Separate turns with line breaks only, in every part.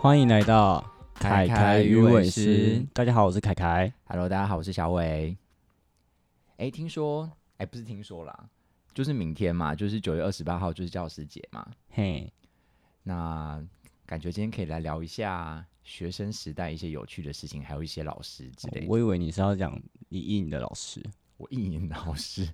欢迎来到
凯凯鱼尾狮。
大家好，我是凯凯。
Hello，大家好，我是小伟。哎、听说，哎、不是听说啦，就是明天嘛，就是九月二十八号，就是教师节嘛。
嘿，
那感觉今天可以来聊一下学生时代一些有趣的事情，还有一些老师之类的。
哦我以为你是要讲你意淫的老师。
我意淫老师，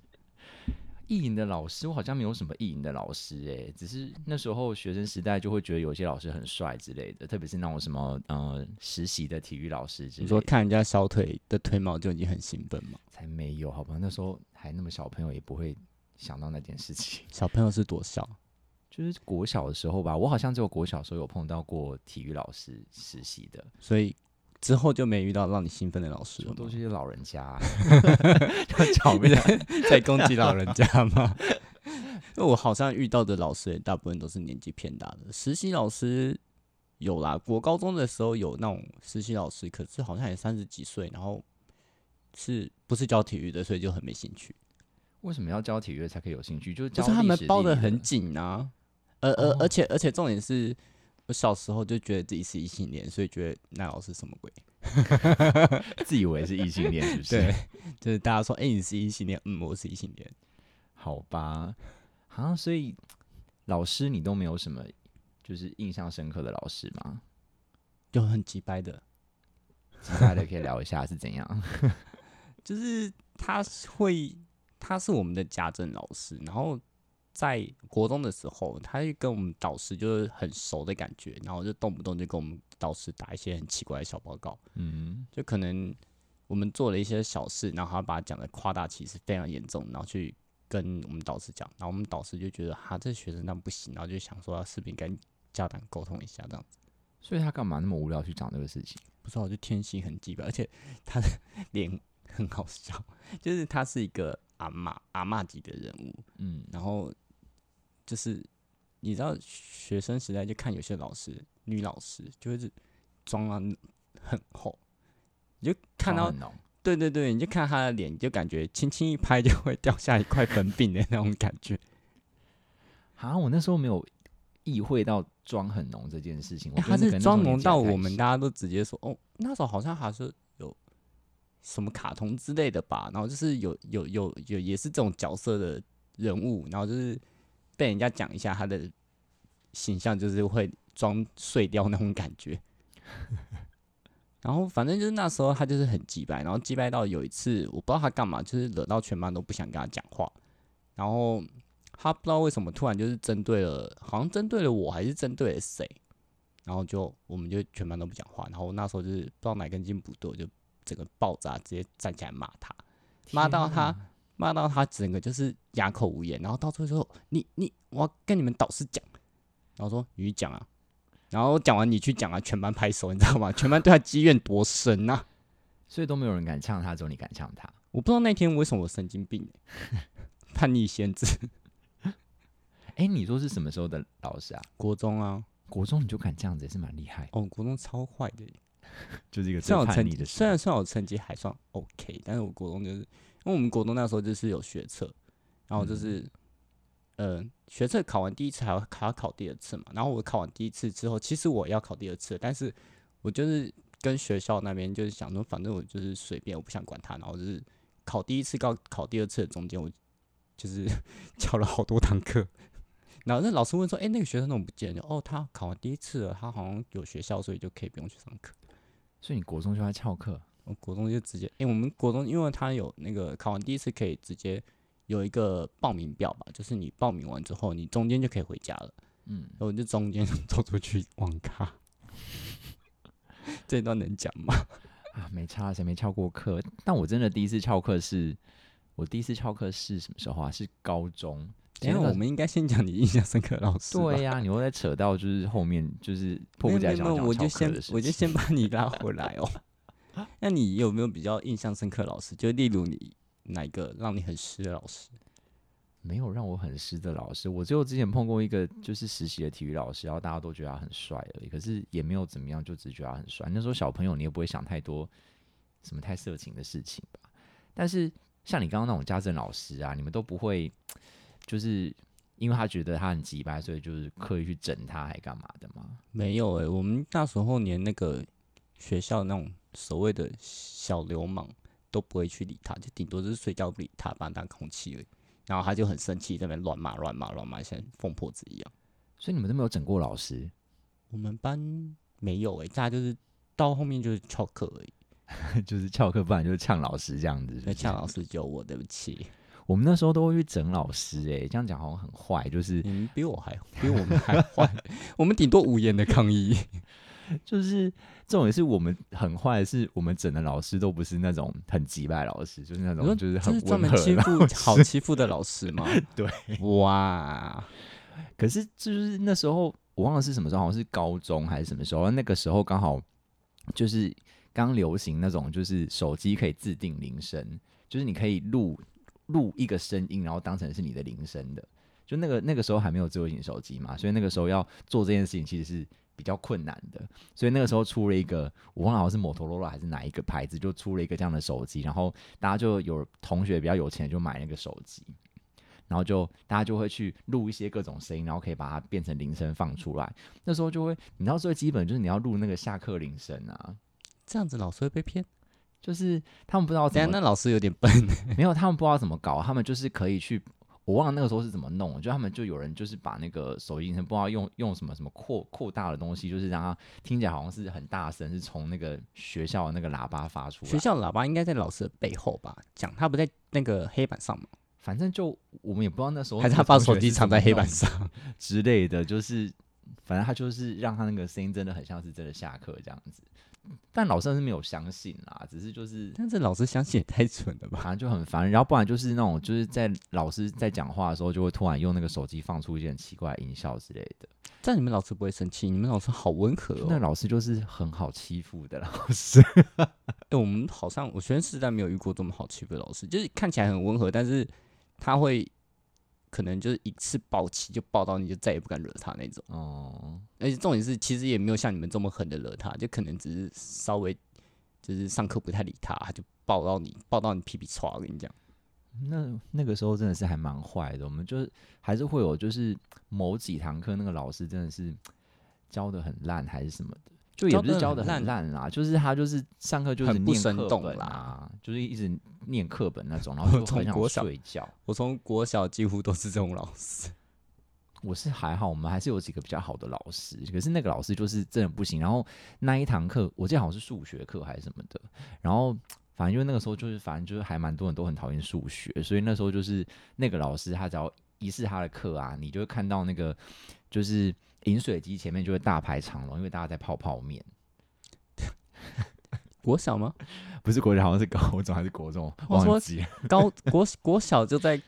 意淫的老师，我好像没有什么意淫的老师哎、只是那时候学生时代就会觉得有些老师很帅之类的，特别是那种什么呃实习的体育老师之
你
类
说
的。
看人家小腿的腿毛就已经很兴奋吗？
才没有，好吧？那时候还那么小朋友，也不会想到那件事情。
小朋友是多小？
就是国小的时候吧，我好像只有国小的时候有碰到过体育老师实习的，
所以之后就没遇到让你兴奋的老师
全
了
部
吗
都？是一些老人家、 要狡辩。
在攻击老人家吗？ 因为我好像遇到的老师也大部分都是年纪偏大的，实习老师有啦，我高中的时候有那种实习老师，可是好像也三十几岁，然后是不是教体育的，所以就很没兴趣。
为什么要教体育才可以有兴趣？就是
就
教
是他
历
们
史
包
地
的
理
很紧啊，而而、
哦
而且而且重点是我小时候就觉得自己是异性恋，所以觉得那老师什么鬼？
自以为是异性恋，是不是？
对，就是大家说，哎、你是异性恋，嗯，我是异性恋，
好吧，啊，所以老师你都没有什么就是印象深刻的老师吗？
就很鸡掰的。
其他的可以聊一下是怎样？
就是他是会，他是我们的家政老师，然后在国中的时候，他就跟我们导师就是很熟的感觉，然后就动不动就跟我们导师打一些很奇怪的小报告，
嗯，
就可能我们做了一些小事，然后他把它讲的夸大其词，非常严重，然后去跟我们导师讲，然后我们导师就觉得哈、这学生那不行，然后就想说是不是应该家长沟通一下这样子。
所以他干嘛那么无聊去讲这个事情？
不知道，我就天性很鸡巴，而且他的 脸很好笑，就是他是一个阿嬷阿嬷级的人物，
嗯，
然后就是你知道学生时代就看有些老师女老师就会是妆啊很厚，你就看
抓
到
很浓
对对对，你就看他的脸，你就感觉轻轻一拍就会掉下一块粉饼的那种感觉。
啊，我那时候没有意会到妆很浓这件事情。我
欸
觉
他
得那可
是
能那时候
妆容
年纪还
到
太
我们
小
大家都直接说，哦，那时候好像还是有什么卡通之类的吧，然后就是有有有有也是这种角色的人物，然后就是被人家讲一下他的形象，就是会装碎掉那种感觉。 然后反正就是那时候他就是很鸡掰，然后鸡掰到有一次我不知道他干嘛，就是惹到全班都不想跟他讲话，然后他不知道为什么突然就是针对了，好像针对了我还是针对了谁，然后就我们就全班都不讲话，然后那时候就是不知道哪根筋不对，我就整个爆炸，直接站起来骂他，骂到
天啊
他
哪
骂到他整个就是哑口无言，然后到最后你你我要跟你们导师讲，然后说你去讲啊，然后讲完你去讲啊，全班拍手，你知道吗？全班对他积怨多深呐、
所以都没有人敢呛他，只有你敢呛他。
我不知道那天为什么我神经病、欸 叛逆先知，
哎，你说是什么时候的老师啊？
国中啊，
国中你就敢这样子，也是蛮厉害，
哦，国中超坏的，欸
就是一个
虽
最
然我
叛
成
逆
绩
的
虽
时
然
候。
虽然我成绩还算 OK，但是我国中就是因为我们国中那时候就是有学测，然后
嗯
就是、呃学测考完第一次还要还要考第二次嘛，然后我考完第一次之后，其实我要考第二次，但是我就是跟学校那边就是想说，反正我就是随便，我不想管他，然后就是考第一次到考第二次的中间，我就是 教了好多堂课。然后那老师问说：“哎、那个学生怎么不见了？”哦，他考完第一次了，他好像有学校，所以就可以不用去上课。
所以你国中就要翘课，
我国中就直接，诶，我们国中因为他有那个考完第一次可以直接有一个报名表吧，就是你报名完之后，你中间就可以回家了。
嗯，
然后我就中间走出去网咖， 这段能讲吗？
啊，没差，谁没翘过课？但我真的第一次翘课是，我第一次翘课是什么时候啊？是高中。
等一下
所以那个
我们应该先讲你印象深刻的老师吧。
对呀、你又在扯到就是后面就是迫
没有没
不及待
有
想
没
要
有
讲
我
翘
就
课
先
的事
我就
情
先把你拉回来哦。 那你有没有比较印象深刻的老师？就例如你哪一个让你很湿的老师？
没有让我很湿的老师，我只有之前碰过一个就是实习的体育老师，然后大家都觉得他很帅而已，可是也没有怎么样，就只是觉得他很帅。那时候小朋友你也不会想太多什么太色情的事情吧。但是像你刚刚那种家政老师啊，你们都不会就是因为他觉得他很鸡掰，所以就是刻意去整他，还干嘛的嘛？
没有诶、我们那时候连那个学校那种所谓的小流氓都不会去理他，就顶多就是睡觉不理他，把他当空气而已。然后他就很生气，在那边乱骂、乱骂、乱骂，像疯婆子一样。
所以你们都没有整过老师，
我们班没有欸诶、大家就是到后面就是翘课而已。
就是翘课，不然就是呛老师这样子是不
那
是。
呛老师就我，对不起，
我们那时候都会去整老师、欸，哎，这样讲好像很坏，就是
你们比我还 比我们还坏，我们顶多无言的抗议。
就是这种也是我们很坏，是我们整的老师都不是那种很击败老师， 就是那
你说
种就是
就
很
是专
温
门
和
欺
的。
负好欺负的老师吗？
对，
哇，
可是就是那时候我忘了是什么时候，好像是高中还是什么时候，那个时候刚好就是刚流行那种，就是手机可以自定铃声，就是你可以录录一个声音，然后当成是你的铃声的。就那个那个时候还没有智慧型手机嘛，所以那个时候要做这件事情其实是比较困难的。所以那个时候出了一个，我忘了好像是摩托罗拉还是哪一个牌子，就出了一个这样的手机，然后大家就有同学比较有钱就买那个手机，然后就大家就会去录一些各种声音，然后可以把它变成铃声放出来。那时候就会，你知道最基本就是你要录那个下课铃声啊，
这样子老师会被骗？
就是他们不知道
等一
怎
下
么
那老师有点笨，
没有，他们不知道怎么搞，他们就是可以去，我忘了那个时候是怎么弄，就他们就有人就是把那个手机铃声不知道用用什么什么扩扩大的东西，就是让它听起来好像是很大声，是从那个学校的那个喇叭发出来。
学校的喇叭应该在老师的背后吧？讲他不在那个黑板上吗？
反正就我们也不知道那时候
还是
那
他
个
把
同学
手机
是
藏
怎么
在黑
弄
板
的
上？
之类的，就是反正他就是让他那个声音真的很像是真的下课这样子。但老师是没有相信啦，只是就是
但这老师想起也太蠢 了吧？
反正就很烦，然后不然就是那种就是在老师在讲话的时候，就会突然用那个手机放出一些很奇怪的音效之类的。
但你们老师不会生气，你们老师好温和哦。
那老师就是很好欺负的老师，
哎、我们好像我学生时代没有遇过这么好欺负的老师，就是看起来很温和，但是他会可能就是一次暴气就暴到你就再也不敢惹他那种。
哦、
而且重点是，其实也没有像你们这么狠的惹他，就可能只是稍微就是上课不太理他，他就抱到你，抱到你屁屁唰。我跟你讲，
那那个时候真的是还蛮坏的，我们就是还是会有就是某几堂课那个老师真的是教的很烂还是什么的，就也不是
教
教
得
的
很烂
很烂啦，就是他就是上课就是
很不
念
生
课
动
本
啦
啊，就是一直念课本那种， 然后就
从
很
国
想
小
睡觉。
我从国小几乎都是这种老师，
我是还好，我们还是有几个比较好的老师，可是那个老师就是真的不行。然后那一堂课，我记得好像是数学课还是什么的，然后反正因为那个时候就是反正就是还蛮多人都很讨厌数学，所以那时候就是那个老师他只要一试他的课啊，你就会看到那个就是饮水机前面就会大排长龙，因为大家在泡泡面。
国小吗？
不是国小，好像是高中还是国中，
我说
忘记了，
高国国小就在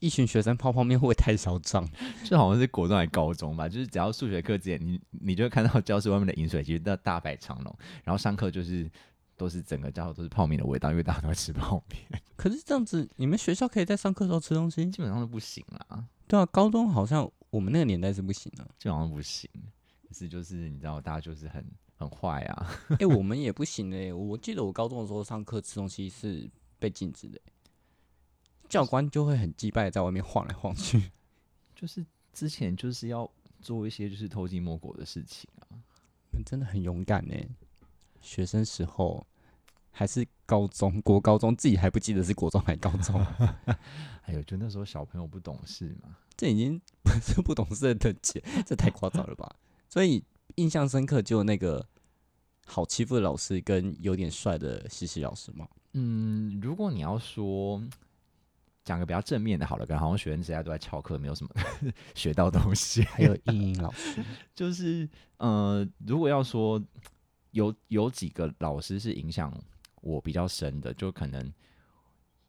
一群学生泡泡面，会不会太嚣张？
就好像是国中还是高中吧。就是只要数学课之前，你你就会看到教室外面的饮水机大大排长龙，然后上课就是都是整个教室都是泡面的味道，因为大家都在吃泡面，
可是这样子，你们学校可以在上课的时候吃东西？
基本上都不行啦，
对啊，高中好像我们那个年代是不行 的、
基本上都不行。可是就是你知道，大家就是很很坏啊，
哎、我们也不行哎、我记得我高中的时候上课吃东西是被禁止的欸、教官就会很击败，在外面晃来晃去。
就是之前就是要做一些就是偷鸡摸狗的事情啊。
你们真的很勇敢呢。学生时候还是高中，国高中自己还不记得是国中还高中，
哎呦，就那时候小朋友不懂事嘛，
这已经不是不懂事的等级， 这太夸张了吧？所以印象深刻就那个好欺负的老师跟有点帅的西西老师嘛。
嗯，如果你要说讲个比较正面的，好了，刚好像学生时代都在翘课，没有什么 学到东西。
还有英英老师，
就是呃，如果要说有有几个老师是影响我比较深的，就可能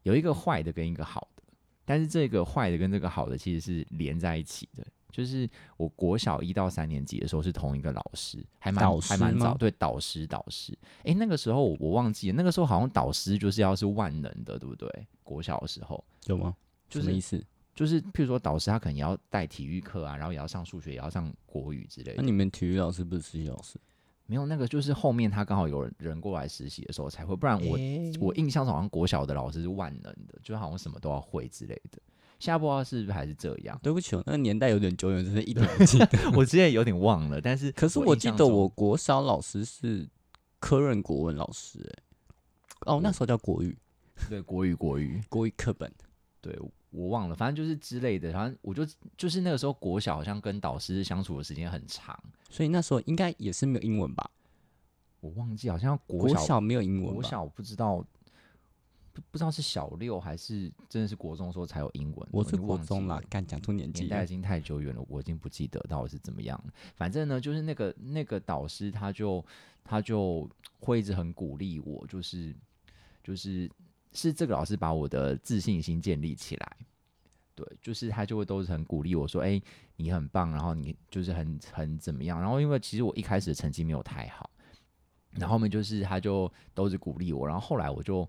有一个坏的跟一个好的，但是这个坏的跟这个好的其实是连在一起的。就是我国小一到三年级的时候是同一个老师，还
导
蛮
师
还蛮
吗
早，对导师导师。诶，那个时候我我忘记了，那个时候好像导师就是要是万能的，对不对？国小的时候，
有 吗？
就
什么
是
意思？
就是譬如说导师他可能也要带体育课啊，然后也要上数学，也要上国语之类的
那、。你们体育老师不是实习老师？
没有，那个就是后面他刚好有人人过来实习的时候才会，不然我、我印象中好像国小的老师是万能的，就好像什么都要会之类的。现在不知道是不是还是这样
，对不起，我那个年代有点久远，真的一点不 记得。
我之前有点忘了，但是
可是我
我
记
印象
得
中
我国小老师是科任国文老师、欸，哦，那时候叫国语，
对国语国语，
国语课本。
对我忘了，反正就是之类的，反正我就就是那个时候国小好像跟导师相处的时间很长，
所以那时候应该也是没有英文吧？
我忘记好像
国
国小
没有英文
国
吧？
小不知道不不知道是小六还是真的是国中的时候才有英文，
我
已
是
经
国
忘
中
记
啦
了，
干讲出年纪
年
了
代已经太久远了，我已经不记得到底是怎么样了。反正呢，就是那个那个导师，他就他就会一直很鼓励我，就是就是是这个老师把我的自信心建立起来。对，就是他就会都是很鼓励我说：“哎、你很棒，然后你就是很很怎么样。”然后因为其实我一开始的成绩没有太好，然后后面就是他就都是鼓励我，然后后来我就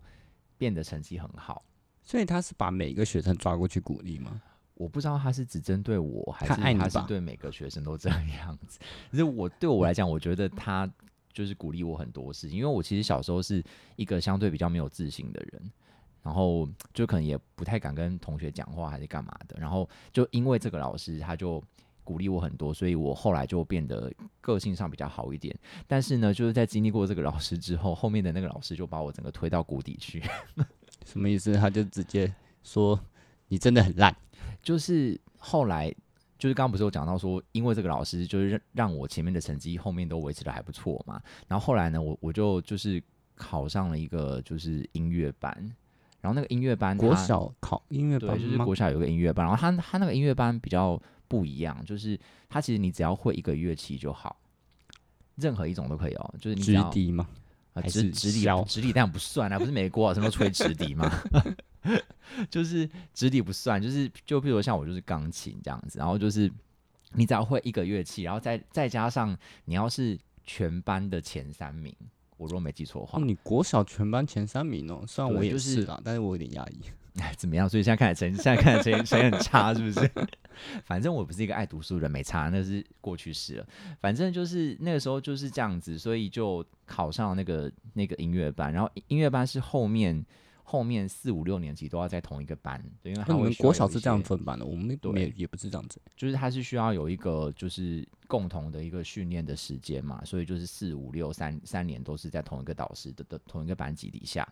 变得成绩很好。
所以他是把每一个学生抓过去鼓励吗？
我不知道他是只针对我，还是
他爱你
他是
吧
对每个学生都这样子。 可是我对我来讲，我觉得他就是鼓励我很多事情，因为我其实小时候是一个相对比较没有自信的人，然后就可能也不太敢跟同学讲话，还是干嘛的。然后就因为这个老师，他就鼓励我很多，所以我后来就变得个性上比较好一点。但是呢，就是在经历过这个老师之后，后面的那个老师就把我整个推到谷底去。
什么意思？他就直接说你真的很烂，
就是后来，就是刚刚不是有讲到说，因为这个老师就是让让我前面的成绩后面都维持的还不错嘛。然后后来呢，我我就就是考上了一个就是音乐班，然后那个音乐班它
国小考音乐
对，
班
就是
吗
国小有一个音乐班，然后他他那个音乐班比较不一样，就是他其实你只要会一个乐器就好，任何一种都可以哦，就是你只
直
要
笛吗？
啊，
还
直
是
直笛
削
直笛当然不算啊，不是美国老师都吹直笛吗？ 就是直笛不算，就是就比如像我就是钢琴这样子，然后就是你只要会一个乐器，然后再再加上你要是全班的前三名，我如果没记错的话
哦，，你国小全班前三名哦，虽然
对
我也
就是是
啦，但是我有点压抑。
哎，怎么样？所以现在看起来成，现在看起来成成绩很差，是不是？ 反正我不是一个爱读书的人，没差，那是过去式了。反正就是那个时候就是这样子，所以就考上了那个那个音乐班，然后音乐班是后面后面四五六年级都要在同一个班，对，因为
那
他
你
会
们
需要
国
有
小
一
是这样
些
分班的，我们
对
也也不是这样子。
就是它是需要有一个就是共同的一个训练的时间嘛，所以就是四五六三三年都是在同一个导师的的同一个班级底下。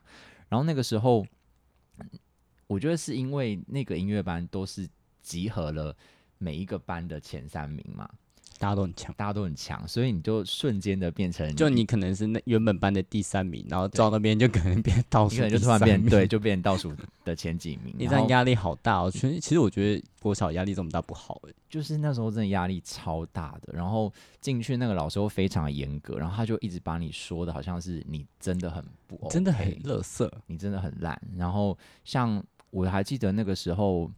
然后那个时候，我觉得是因为那个音乐班都是集合了每一个班的前三名嘛，
大家都很强。
大家都很强，所以你就瞬间的变成
就你可能是那原本班的第三名，然后到那边就可能变倒
你
数
可能就
第
突然
三
变
名
对，，就变倒数的前几名。
你这
然
样
后嗯
压力好大哦。其实其实我觉得国小压力这么大不好哎、
就是那时候真的压力超大的，然后进去那个老师又非常严格，然后他就一直把你说的好像是你真的很不哦 OK，
真的很乐色。
你真的很烂。然后像我还记得那个时候，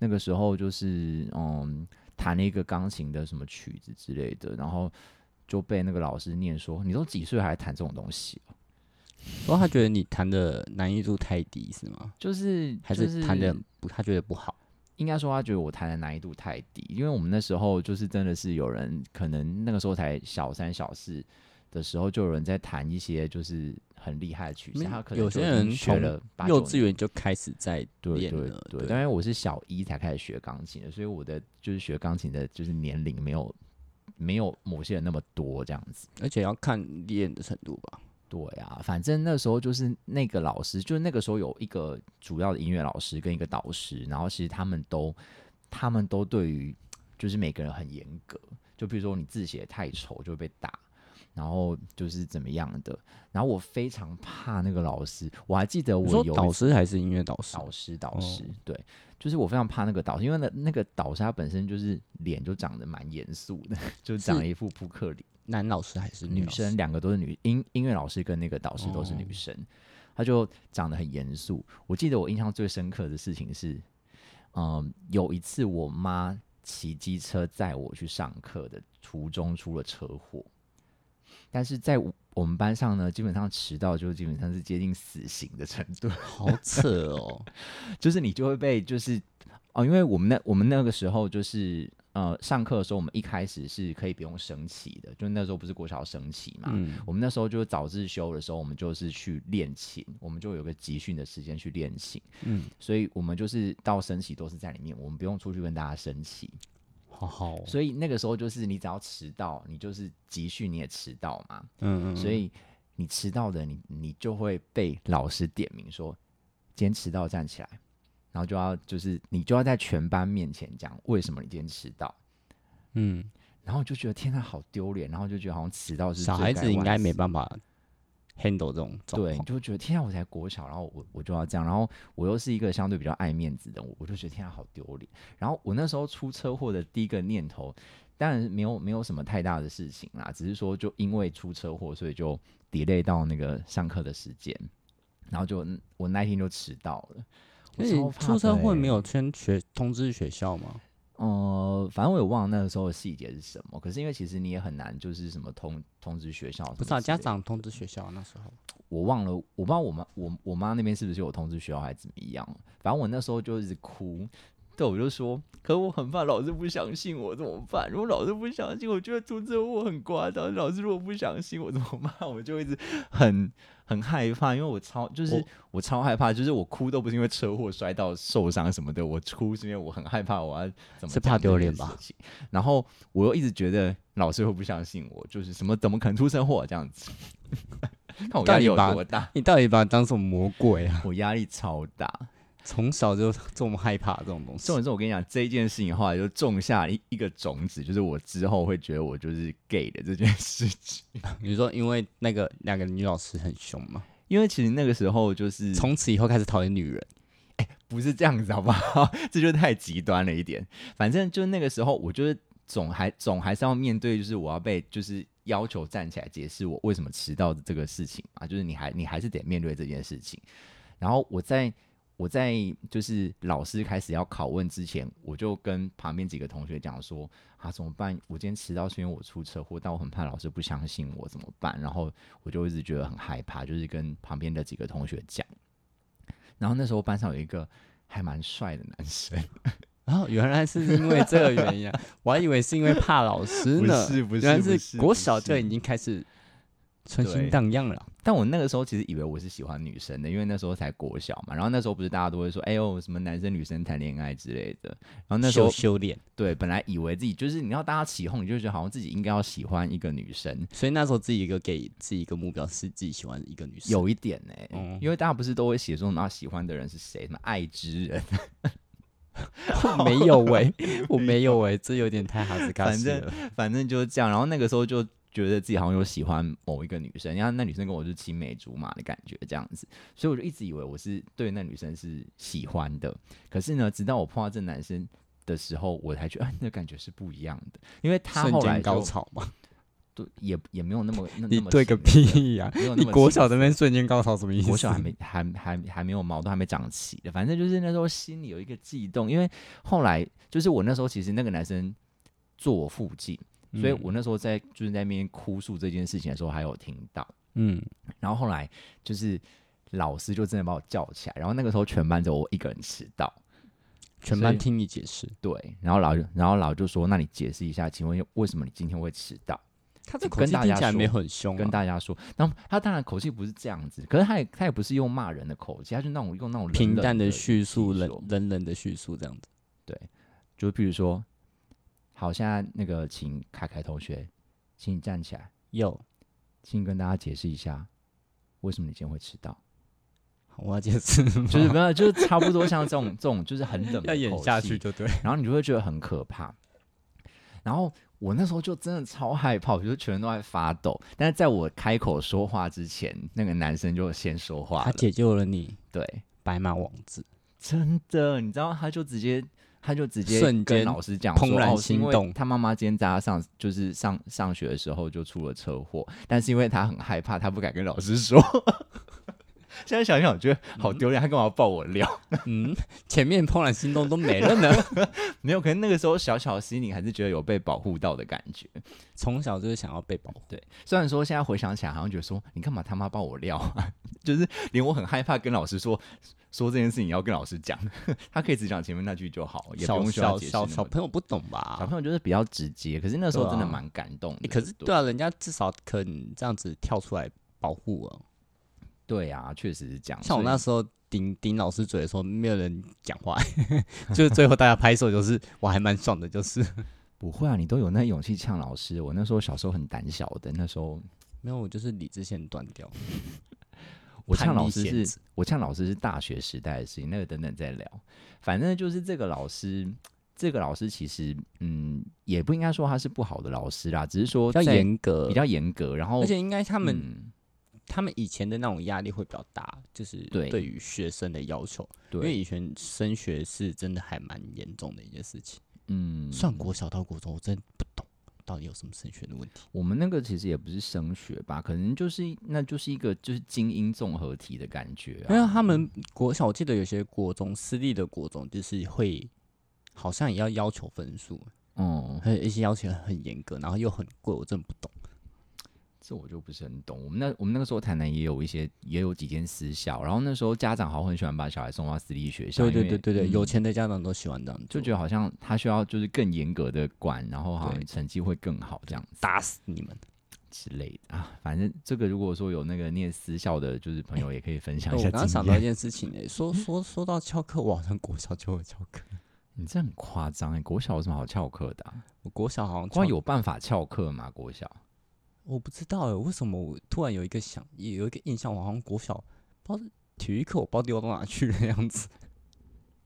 那个时候就是嗯弹了一个钢琴的什么曲子之类的，然后就被那个老师念说你都几岁还弹这种东西哦，
然后他觉得你弹的难易度太低是吗？
就是
还
就是
弹的不，他觉得不好。
应该说他觉得我弹的难易度太低，因为我们那时候就是真的是有人可能那个时候才小三小四的时候，就有人在弹一些就是很厉害的曲子，
没有
他可能
有
就
些
已经
人
学
从
了八
幼
九
稚
年
园就开始在
对
练
对
了，
对，当然我是小一才开始学钢琴的，所以我的就是学钢琴的就是年龄没有没有某些人那么多这样子。
而且要看练的程度吧。
对啊，反正那时候就是那个老师，就是那个时候有一个主要的音乐老师跟一个导师，然后其实他们都他们都对于就是每个人很严格，就比如说你字写得太丑就会被打，然后就是怎么样的，然后我非常怕那个老师，我还记得
你
我
说
有一
导师还是音乐导师？
导师，导
哦
师，对，就是我非常怕那个导师，因为那那个导师他本身就是脸就长得蛮严肃的， 就长了一副扑克脸。
男老师还是
女
老师哦
生？两个都是女音音乐老师跟那个导师都是女生，她就长得很严肃。我记得我印象最深刻的事情是，嗯、有一次我妈骑机车载我去上课的途中出了车祸，但是在我我们班上呢，基本上迟到就基本上是接近死刑的程度。
好扯哦！
就是你就会被就是哦，因为我们那我们那个时候就是嗯、呃上课的时候，我们一开始是可以不用升旗的，就那时候不是国小升旗嘛，
嗯，
我们那时候就是早自修的时候，我们就是去练琴，我们就有个集训的时间去练琴，
嗯，
所以我们就是到升旗都是在里面，我们不用出去跟大家升旗，
好好哦，
所以那个时候就是你只要迟到，你就是集训你也迟到嘛，
嗯嗯，
所以你迟到的你你就会被老师点名说，今天迟到站起来，然后就要就是你就要在全班面前讲为什么你今天迟到。
嗯，
然后就觉得天呐，好丢脸，然后就觉得好像迟到是
小
罪
孩
该
子应
万
该
死
没办法 handle 这种状
对，你
况，
就觉得天啊，我才国小，然后我我就要这样，然后我又是一个相对比较爱面子的，我我就觉得天啊，好丢脸。然后我那时候出车祸的第一个念头，当然没有没有什么太大的事情啦，只是说就因为出车祸，所以就 delay 到那个上课的时间，然后就嗯我那一天就迟到了。我
所
超
以
怕
出车
的
祸
欸
没有先学通知学校吗？
呃，反正我也忘了那个时候的细节是什么。可是因为其实你也很难，就是什么通通知学校什么
不是啊，
之类
家
的
长通知学校那时候，
我忘了，我不知道我妈我我妈那边是不是有通知学校还是怎么样，反正我那时候就一直哭。对，我就说，可我很怕老师不相信我怎么办？如果老师不相信，我觉得出车祸很夸张。老师如果不相信我怎么办？我就一直很很害怕，因为我超就是我
我
超害怕，就是我哭都不是因为车祸摔到受伤什么的，我哭是因为我很害怕我要怎么
是
讲
怕
这
丢
件
脸
事
吧
情？然后我又一直觉得老师会不相信我，就是什么怎么可能出车祸这样子？ 看我压
但
力
你
有
把
多大。
你到底把他当什么魔鬼啊？
我压力超大。
从小就这么害怕这种东西
重，点是我跟你讲，这一件事情后来就种下一一个种子，就是我之后会觉得我就是 gay 的这件事情。
你说因为那个两个女老师很凶嘛，
因为其实那个时候就是
从此以后开始讨厌女人，
不是这样子，好不好？ 这就太极端了一点。反正就那个时候，我就是总还总还是要面对，就是我要被就是要求站起来解释我为什么迟到的这个事情嘛，就是你还你还是得面对这件事情。然后我在我在就是老师开始要拷问之前，我就跟旁边几个同学讲说啊怎么办？我今天迟到是因为我出车祸，但我很怕老师不相信我怎么办？然后我就一直觉得很害怕，就是跟旁边的几个同学讲。然后那时候班上有一个还蛮帅的男生，
然后哦原来是因为这个原因啊，我还以为是因为怕老师
不
呢，
是不是
原来
不是
国
不
小就是已经开始春
对
心荡漾了，
但我那个时候其实以为我是喜欢女生的，因为那时候才国小嘛。然后那时候不是大家都会说，哎呦，什么男生女生谈恋爱之类的。然后那时候
修修炼，
对，本来以为自己就是你要大家起哄，你就觉得好像自己应该要喜欢一个女生，
所以那时候自己一个给自己一个目标是自己喜欢一个女生，
有一点呢、
嗯
因为大家不是都会写说，然后喜欢的人是谁，什么爱之人，
我没有 喂、我没有喂、这有点太哈斯卡
反
西
正
了。
反正就是这样。然后那个时候就觉得自己好像有喜欢某一个女生，然后那女生跟我是青梅竹马的感觉这样子，所以我就一直以为我是对那女生是喜欢的。可是呢，直到我碰到这男生的时候，我才觉得、啊、那感觉是不一样的，因为他
瞬
后来
间高
就
潮嘛？
对也也没有那么那
你
那么
对个
亲热
屁呀、
没有那
你
么
国
亲
小这边瞬间高潮什么意思？
国小还没还还还没有毛，都还没长齐的，反正就是那时候心里有一个悸动，因为后来就是我那时候其实那个男生坐我附近，所以
嗯
我那时候在就是在那边哭诉这件事情的时候还有听到，
嗯，
然后后来就是老师就真的把我叫起来，然后那个时候全班只有我一个人迟到，
全
所以
班听你解释，
对，然后老然后老就说那你解释一下，请问为什么你今天会迟到？
他这口
跟
气
大
听
家
起来没
说
很凶、啊，
跟大家说，然后他当然口气不是这样子，可是他也他也不是用骂人的口气，他就那种用那种冷
平
冷
淡
的
的叙述，
说
冷冷冷的叙述这样子。
就比如说，好，现在那个请凯凯同学，请你站起来，
有，
请你跟大家解释一下，为什么你今天会迟到？
我要解 释吗，
就是没有，就是差不多像这种 这种，就是很冷的
要演
口
下
气
去就对。
然后你就会觉得很可怕。然后我那时候就真的超害怕，我就全身都在发抖。但是在我开口说话之前，那个男生就先说话
他
了，
解救了你，
对，
白马王子，
真的，你知道，他就直接，他就直接
瞬
跟
间
老师讲
怦
说，
然
哦，是因
心
为
动
他妈妈今天在他上就是上上学的时候就出了车祸，但是因为他很害怕，他不敢跟老师说。 现在想想，我觉得好丢脸，他干嘛要爆我料？
嗯， 前面怦然心动都没了呢。
没有，可能那个时候小小的心灵还是觉得有被保护到的感觉。
从小就是想要被保护，
对，虽然说现在回想起来，好像觉得说你干嘛他妈爆我料啊？ 就是连我很害怕跟老师说说这件事情，要跟老师讲，他可以只讲前面那句就好，也不
小
用需要
小
解释
小
那
小
么多。
朋友不懂
小
吧？
朋友就是比较直接，可是那时候真的
对啊
蛮感动的。
欸可是对啊，人家至少肯这样子跳出来保护我。
对啊，确实是这样。
像我
哦所以
那时候顶顶老师嘴的时候，没有人讲话， 就是最后大家拍手，就是我还蛮爽的， 就是
不会啊，你都有那勇气呛老师。我那时候小时候很胆小的，那时候
没有，我就是理智线断掉。
我呛
叛逆
老师
限
是
制，
我呛老师是大学时代的事情，那个等等再聊。反正就是这个老师，这个老师其实，嗯，也不应该说他是不好的老师啦，只是说
比较
在
严格，
比较严格，然后
而且应该他
他
们、
嗯、
他们以前的那种压力会比较大，就是
对
对于学生的要求，因为
对，
以前升学是真的还蛮严重的一件事情。
嗯，
算国小到国中，我真的不懂到底有什么升学的问题。
我们那个其实也不是升学吧，可能就是那就是一个就是精英综合体的感觉、
因为
啊，
他们国小，我记得有些国中私立的国中就是会。好像也要要求分数，
嗯，
还有一些要求很严格，然后又很贵，我真的不懂。
这我就不是很懂。我们那我们那个时候台南也有一些也有几间私校，然后那时候家长好像很喜欢把小孩送到私立学校，
对对
因为
对对对，
嗯
有钱的家长都喜欢这样做，
就觉得好像他需要就是更严格的管，然后好像
对
成绩会更好这样子
打死你们。
之类的啊。反正这个如果说有那个念私校的，就是朋友也可以分享
对
一
哎哦我
下
刚刚
经
想到
验。
一件事情、欸，说说说到翘课，我好像国小就有翘课，
你这很夸张哎，国小有什么好翘课的、啊？
我国小好像
哇，
翘，
有办法翘课吗？国小
我不知道、欸、为什么我突然有一个想，有一个印象，我好像国小不知道体育课我不知道丢到哪去的样子。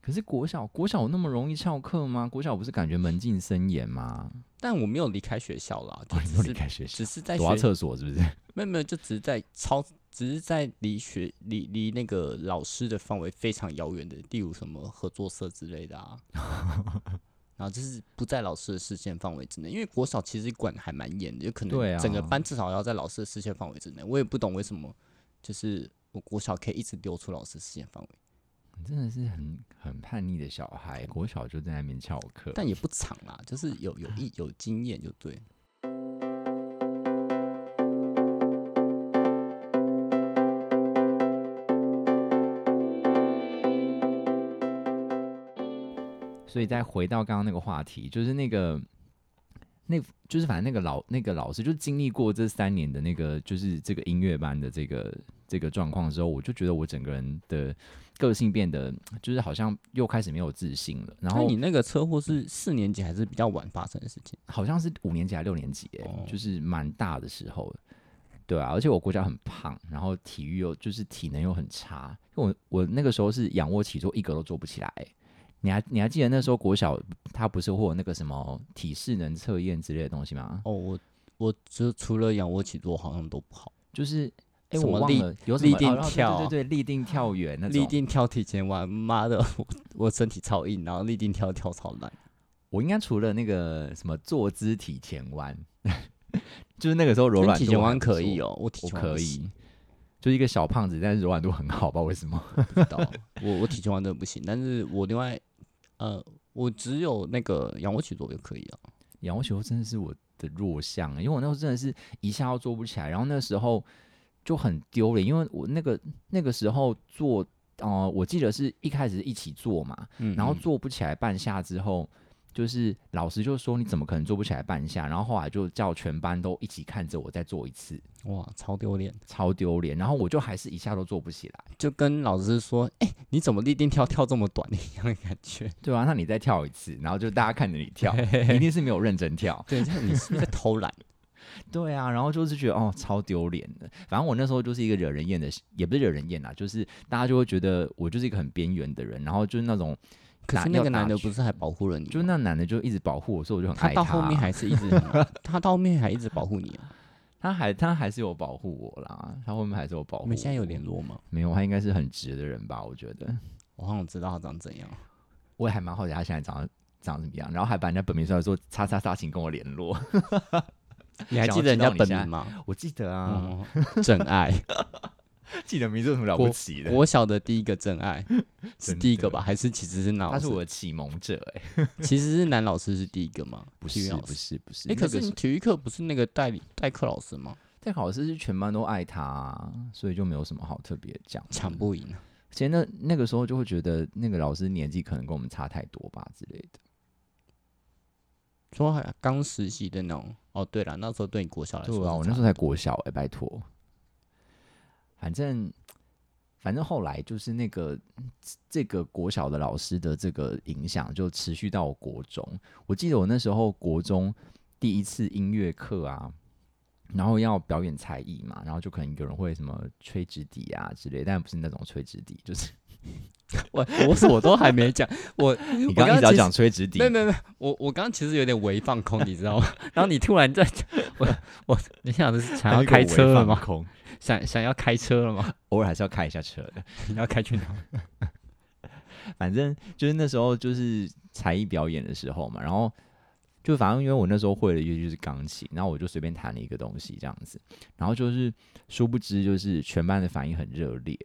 可是国小国小有那么容易翘课吗？国小不是感觉门禁森严吗？
但我没有离开学校啦，就
哦，你
只
都
是、
离开学校
只是在
躲到
学，
厕所是不是？
没有没有，就只是在超，只是在离学离离那个老师的范围非常遥远的，例如什么合作社之类的 啊。然后就是不在老师的视线范围之内，因为国小其实管得还蛮严的，有可
对啊
能整个班至少要在老师的视线范围之内。我也不懂为什么，就是我国小可以一直丢出老师视线范围，
你真的是很很叛逆的小孩，国小就在那边翘课。
但也不长啦，就是有有一有经验就对。
所以再回到刚刚那个话题，就是那个，那就是反正那个老那个老师，就经历过这三年的那个，就是这个音乐班的这个这个状况之后，我就觉得我整个人的个性变得，就是好像又开始没有自信了。然
那
后
你那个车祸是四年级还是比较晚发生的事情？
好像是五年级还是六年级耶、
哦
就是蛮大的时候，对啊，而且我国家很胖，然后体育又就是体能又很差，我我那个时候是仰卧起坐一个都做不起来耶、你还你还记得那时候国小他不是会有那个什么体适能测验之类的东西吗？
哦，我我就除了仰卧起坐好像都不好，
就是哎、
什么
我忘
立
了有什么
立定
哦对
跳啊
对对对，立定跳远那种。
立定跳提前完，妈的，我我身体超硬，然后立定跳跳超烂。
我应该除了那个什么坐姿体前弯， 就是那个时候柔
可是
软
体
度
前
还
弯
不
可以
错
哦，我体
我
前弯
可
不行
以，就是一个小胖子，但是柔软度很好吧？为什么？
不知道，我我体前弯真的不行，但是我另外呃，我只有那个仰卧起坐就可以了。
仰卧起坐真的是我的弱项，因为我那时候真的是一下都做不起来，然后那时候就很丢脸，因为我那个那个时候做，呃，我记得是一开始是一起做嘛，
嗯
然后做不起来半下之后，就是老师就说你怎么可能做不起来半下，然后后来就叫全班都一起看着我再做一次，
哇，超丢脸，
超丢脸，然后我就还是一下都做不起来。
就跟老师说，哎、你怎么立定跳跳这么短一样的感觉？
对啊，那你再跳一次，然后就大家看着你跳，一定是没有认真跳。
对，这样你是不是在偷懒？
对啊，然后就是觉得哦，超丢脸的。反正我那时候就是一个惹人厌的，也不是惹人厌啦，就是大家就会觉得我就是一个很边缘的人，然后就是那种
可
打
是那
要
个
打
男的
拳
不是还保护了你吗？
就是那男的就一直保护我，所以我就很
他
害
到后面
啊
还是一 直很，他到后面还一直保护你、啊。
他还他还是有保护我啦，他后面还是有保护我。
你们现在有联络吗？
没有？他应该是很直的人吧？我觉得，
我好想知道他长 怎样。
我也还蛮好奇他现在长得长得怎么样，然后还把人家本名出来说“叉叉叉，请跟我联络
你还
想
记
要
得人家
知道你
本
现
名嗯
在
吗？”。
我记得啊，
嗯，真爱。
记得名字有什么了不起的？
国小的第一个真爱是
真
第一个
的
吧？还是其实是男老
他是
师？
我的启蒙者、哎，
其实是男老师是第一个吗？
不
体育
是
老
不
师。
是不是，
哎、可
那个
是你体育课不是那个代理代课老师吗？
代考老师是全班都爱他啊、所以就没有什么好特别讲的。
抢不赢啊，
其实那那个时候就会觉得那个老师年纪可能跟我们差太多吧之类的。
说好像刚实习的那种。哦，对了，那时候对你国小来说
对
是差，
啊，我那时候才国小哎、拜托。反正反正后来就是那个这个国小的老师的这个影响就持续到我国中。我记得我那时候国中第一次音乐课啊，然后要表演才艺嘛，然后就可能有人会什么吹纸笛啊之类，但不是那种吹纸笛，就是
我我是我都还没讲，我
你
你
刚刚一直要讲吹纸笛
没，有没有没有，我我刚刚其实有点微放空，你知道 吗？然后你突然在，我我你想的是想要开车了吗？
空，
想想要开车了吗？
偶尔还是要开一下车的。
你要开去哪？
反正就是那时候就是才艺表演的时候嘛，然后就反正因为我那时候会的乐器就是钢琴，然后我就随便弹了一个东西这样子，然后就是殊不知就是全班的反应很热烈，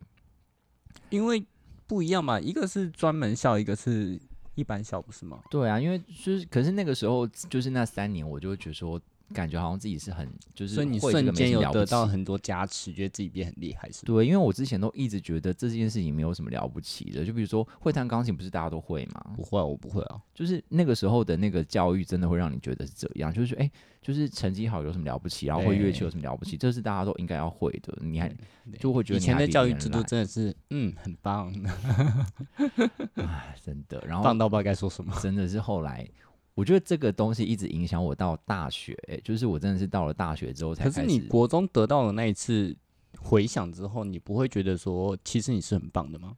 因为不一样嘛，一个是专门校，一个是一般校，不是吗？
对啊，因为就是可是那个时候就是那三年我就会觉得说，感觉好像自己是很就是
所以你
会这个
瞬
没
间
什么
有
了不
得到
起
很多加持，觉得自己变很厉害，是吗？
对，因为我之前都一直觉得这件事情没有什么了不起的，就比如说会弹钢琴不是大家都会吗？
不会啊，我不会啊。
就是那个时候的那个教育，真的会让你觉得是这样，就是哎、诶就是成绩好有什么了不起，然后会乐器有什么了不起，这是大家都应该要会的。你还
对
就会觉得
以
你
前
还
的
比
教
别
育
人哦
制度
烂
真的是，嗯，很棒，
哎真的，然后
棒到不知道该说什么。
真的是后来，我觉得这个东西一直影响我到大学、诶就是我真的是到了大学之后才
可是
开
你
始。
国中得到的那一次回想之后，你不会觉得说，其实你是很棒的吗？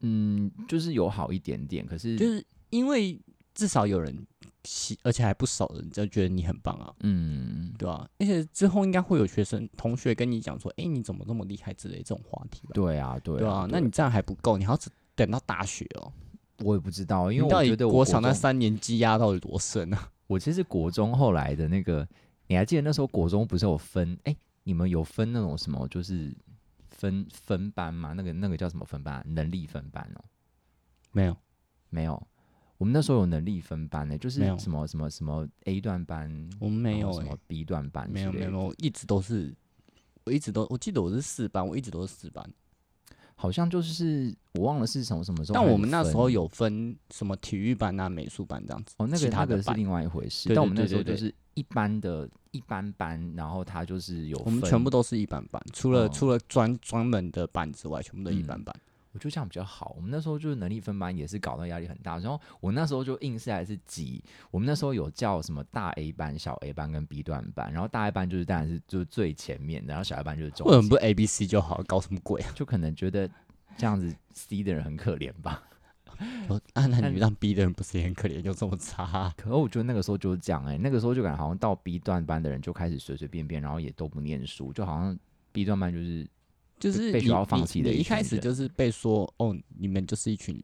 嗯，就是有好一点点，可是
就是因为至少有人喜，而且还不少人就觉得你很棒啊，
嗯，
对吧、而且之后应该会有学生同学跟你讲说，诶，你怎么那么厉害之类这种话题吧？
对啊，对
对啊，那你这样还不够，你还要等到大学哦。
我也不知道，因为
你
我
到
觉
底
得我
国小那
中
三年积压到底多深啊？
我其实国中后来的那个，你还记得那时候国中不是有分？哎、你们有分那种什么，就是分分班吗？那个那个叫什么分班啊？能力分班哦，
没有，
没有。我们那时候有能力分班呢、就是
没有
什么什么什么 A 段班，
我们没
然
有
后什
诶。
么 B 段班之
没
类的，
有没有，没有我一直都是，我一直都，我记得我是四班，我一直都是四班。
好像就是我忘了是从什么时候开
但
始分。
我们那时候有分什么体育班啊、美术班这样子，
哦，那
其
个
他
那
的
个是
班，
另外一回事。
对
但
对
我们那
对
时候
对
就
对
是一般的一般班，然后他就是有
我们
分
全部都是一班班，除了、
哦
除了专专门的班之外，全部都一班
嗯
班。
我觉得这样比较好。我们那时候就是能力分班也是搞到压力很大，然后我那时候就硬是还是急。我们那时候有叫什么大 A 班、小 A 班跟 B 段班，然后大 A 班就是当然是就是最前面的，然后小 A 班就是中
为什么不
间，
A B C 就好？搞什么鬼 啊？
就可能觉得这样子 C 的人很可怜吧。
说啊，那
但
你让 B 的人不是也很可怜，就这么差啊、
可是我觉得那个时候就是这样哎、那个时候就感觉好像到 B 段班的人就开始随随便便，然后也都不念书，就好像 B 段班就是
就是
被
你
学校放弃的
你。你
一
一开
群
始
人
就是被说哦，你们就是一群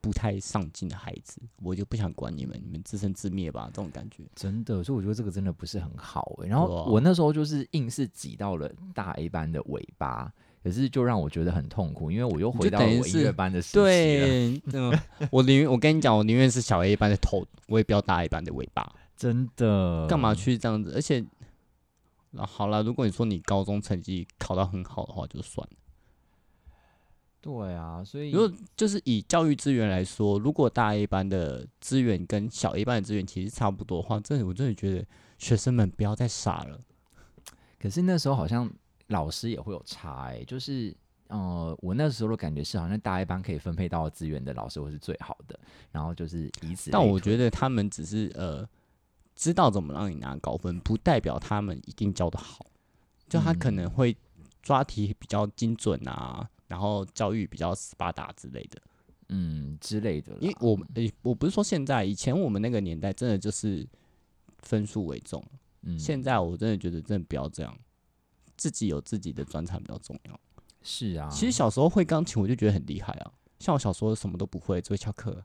不太上进的孩子，我就不想管你们，你们自生自灭吧，这种感觉。
真的，所以我觉得这个真的不是很好、欸、然后
对啊
我那时候就是硬是挤到了大 A 班的尾巴，可是就让我觉得很痛苦，因为我又回到了
你就等
我
于
音乐
是
班的时期了。
对，嗯，我宁愿我跟你讲，我宁愿是小 A 班的头，我也不要大 A 班的尾巴，
真的
干嘛？去这样子？而且，啊、好了，如果你说你高中成绩考到很好的话，就算了。
对啊，所以
如果就是以教育资源来说，如果大 A 班的资源跟小 A 班的资源其实差不多的话，真的我真的觉得学生们不要再傻了。
可是那时候好像老师也会有差、欸，就是。呃，我那时候的感觉是，好像大 A 班可以分配到资源的老师会是最好的，然后就是以此类推。
但我觉得他们只是呃，知道怎么让你拿高分，不代表他们一定教的好。就他可能会抓题比较精准啊，然后教育比较斯巴达之类的。
嗯之类的啦，
因为我们诶、我不是说现在，以前我们那个年代真的就是分数为重。
嗯
现在我真的觉得真的不要这样，自己有自己的专长比较重要。
是啊，
其实小时候会钢琴，我就觉得很厉害啊。像我小时候什么都不会，只会翘课。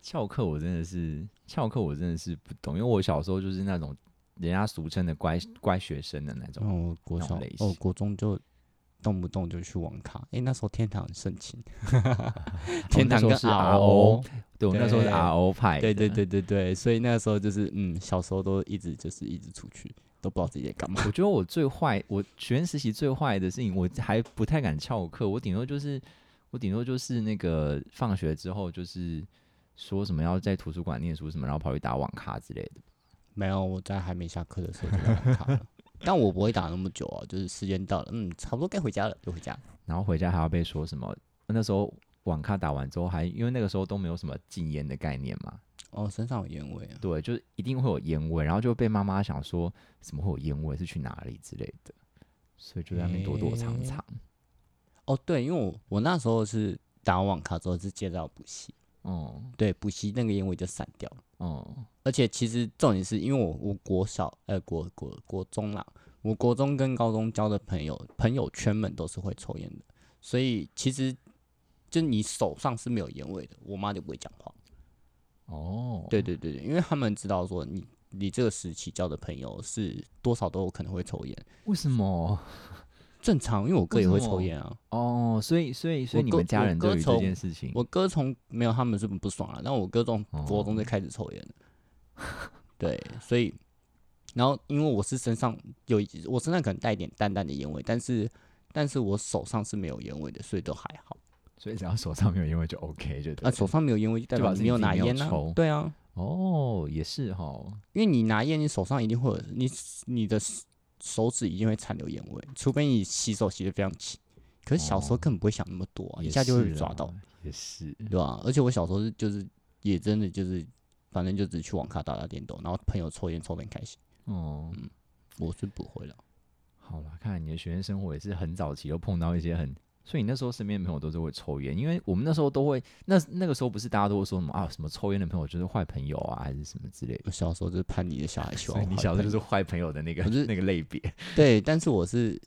翘课我真的是翘课，我真的是不懂，因为我小时候就是那种人家俗称的乖乖学生的那种。
哦，国
那
小
种类
哦
型，
国中就动不动就去网咖。诶，那时候天堂很盛 情，天堂
那时候
跟
是
RO，
对，我那时候是
对
RO 派。
对对，对对对，所以那时候就是嗯，小时候都一直就是一直出去，都不知道自己在干嘛。
我觉得我最坏，我学院实习最坏的事情，我还不太敢翘课，我顶多就是我顶多就是那个放学之后就是说什么要在图书馆念书什么，然后跑去打网咖之类的。
没有，我在还没下课的时候就在网咖了， 但我不会打那么久啊，就是时间到了，嗯，差不多该回家了，就回家了。
然后回家还要被说什么？那时候网咖打完之后还，因为那个时候都没有什么禁烟的概念嘛，
哦，身上有烟味啊。
对，就是一定会有烟味，然后就被妈妈想说怎么会有烟味，是去哪里之类的，所以就在那边躲躲藏藏。
哦，对，因为我我那时候是打完网咖之后是接到补习，
哦
对，补习那个烟味就散掉了。
哦
而且其实重点是因为我我国小呃国国国中啦，我国中跟高中交的朋友朋友圈们都是会抽烟的，所以其实就你手上是没有烟味的，我妈就不会讲话。
哦，
对对对对，因为他们知道说你你这个时期交的朋友是多少都有可能会抽烟，
为什么？
正常，因为我哥也会
为什么
抽烟啊，
哦，所以所以所以
我
你
哥
们家
我
人
哥
对于这
从
件事情，
我哥从没有他们是不爽了，但我哥从
哦
国中就开始抽烟了， 对，所以然后因为我是身上有一我身上可能带一点淡淡的烟味，但是但是我手上是没有烟味的，所以都还好。
所以只要手上没有烟味就 OK，就对
啊，
了。
手上没有烟味就代
就
表
表
你
示
没
你
有
自己
拿
没有
烟啊
抽，
对啊，
哦，也是哈，
因为你拿烟，你手上一定会有你你的手手指一定会残留烟味，除非你洗手洗的非常勤。可是小时候
哦
根本不会想那么多、啊，
也
一下就会
是
抓
啦
到。，
也是。
对吧、而且我小时候是就是也真的就是，反正就只去网咖打打电动，然后朋友抽烟抽的很开心。
哦，
我是不会了，
好啦，看来你的学生生活也是很早期就碰到一些很，所以你那时候身边的朋友都是会抽烟，因为我们那时候都会，那那个时候不是大家都会说什么啊，什么抽烟的朋友就是坏朋友啊，还是什么 之类的。
我小时候就是叛逆的小孩，喜
所
欢
以你
坏
小时候
朋
就
友
是坏朋友的那个
我就是
那个类别，
对，但是我是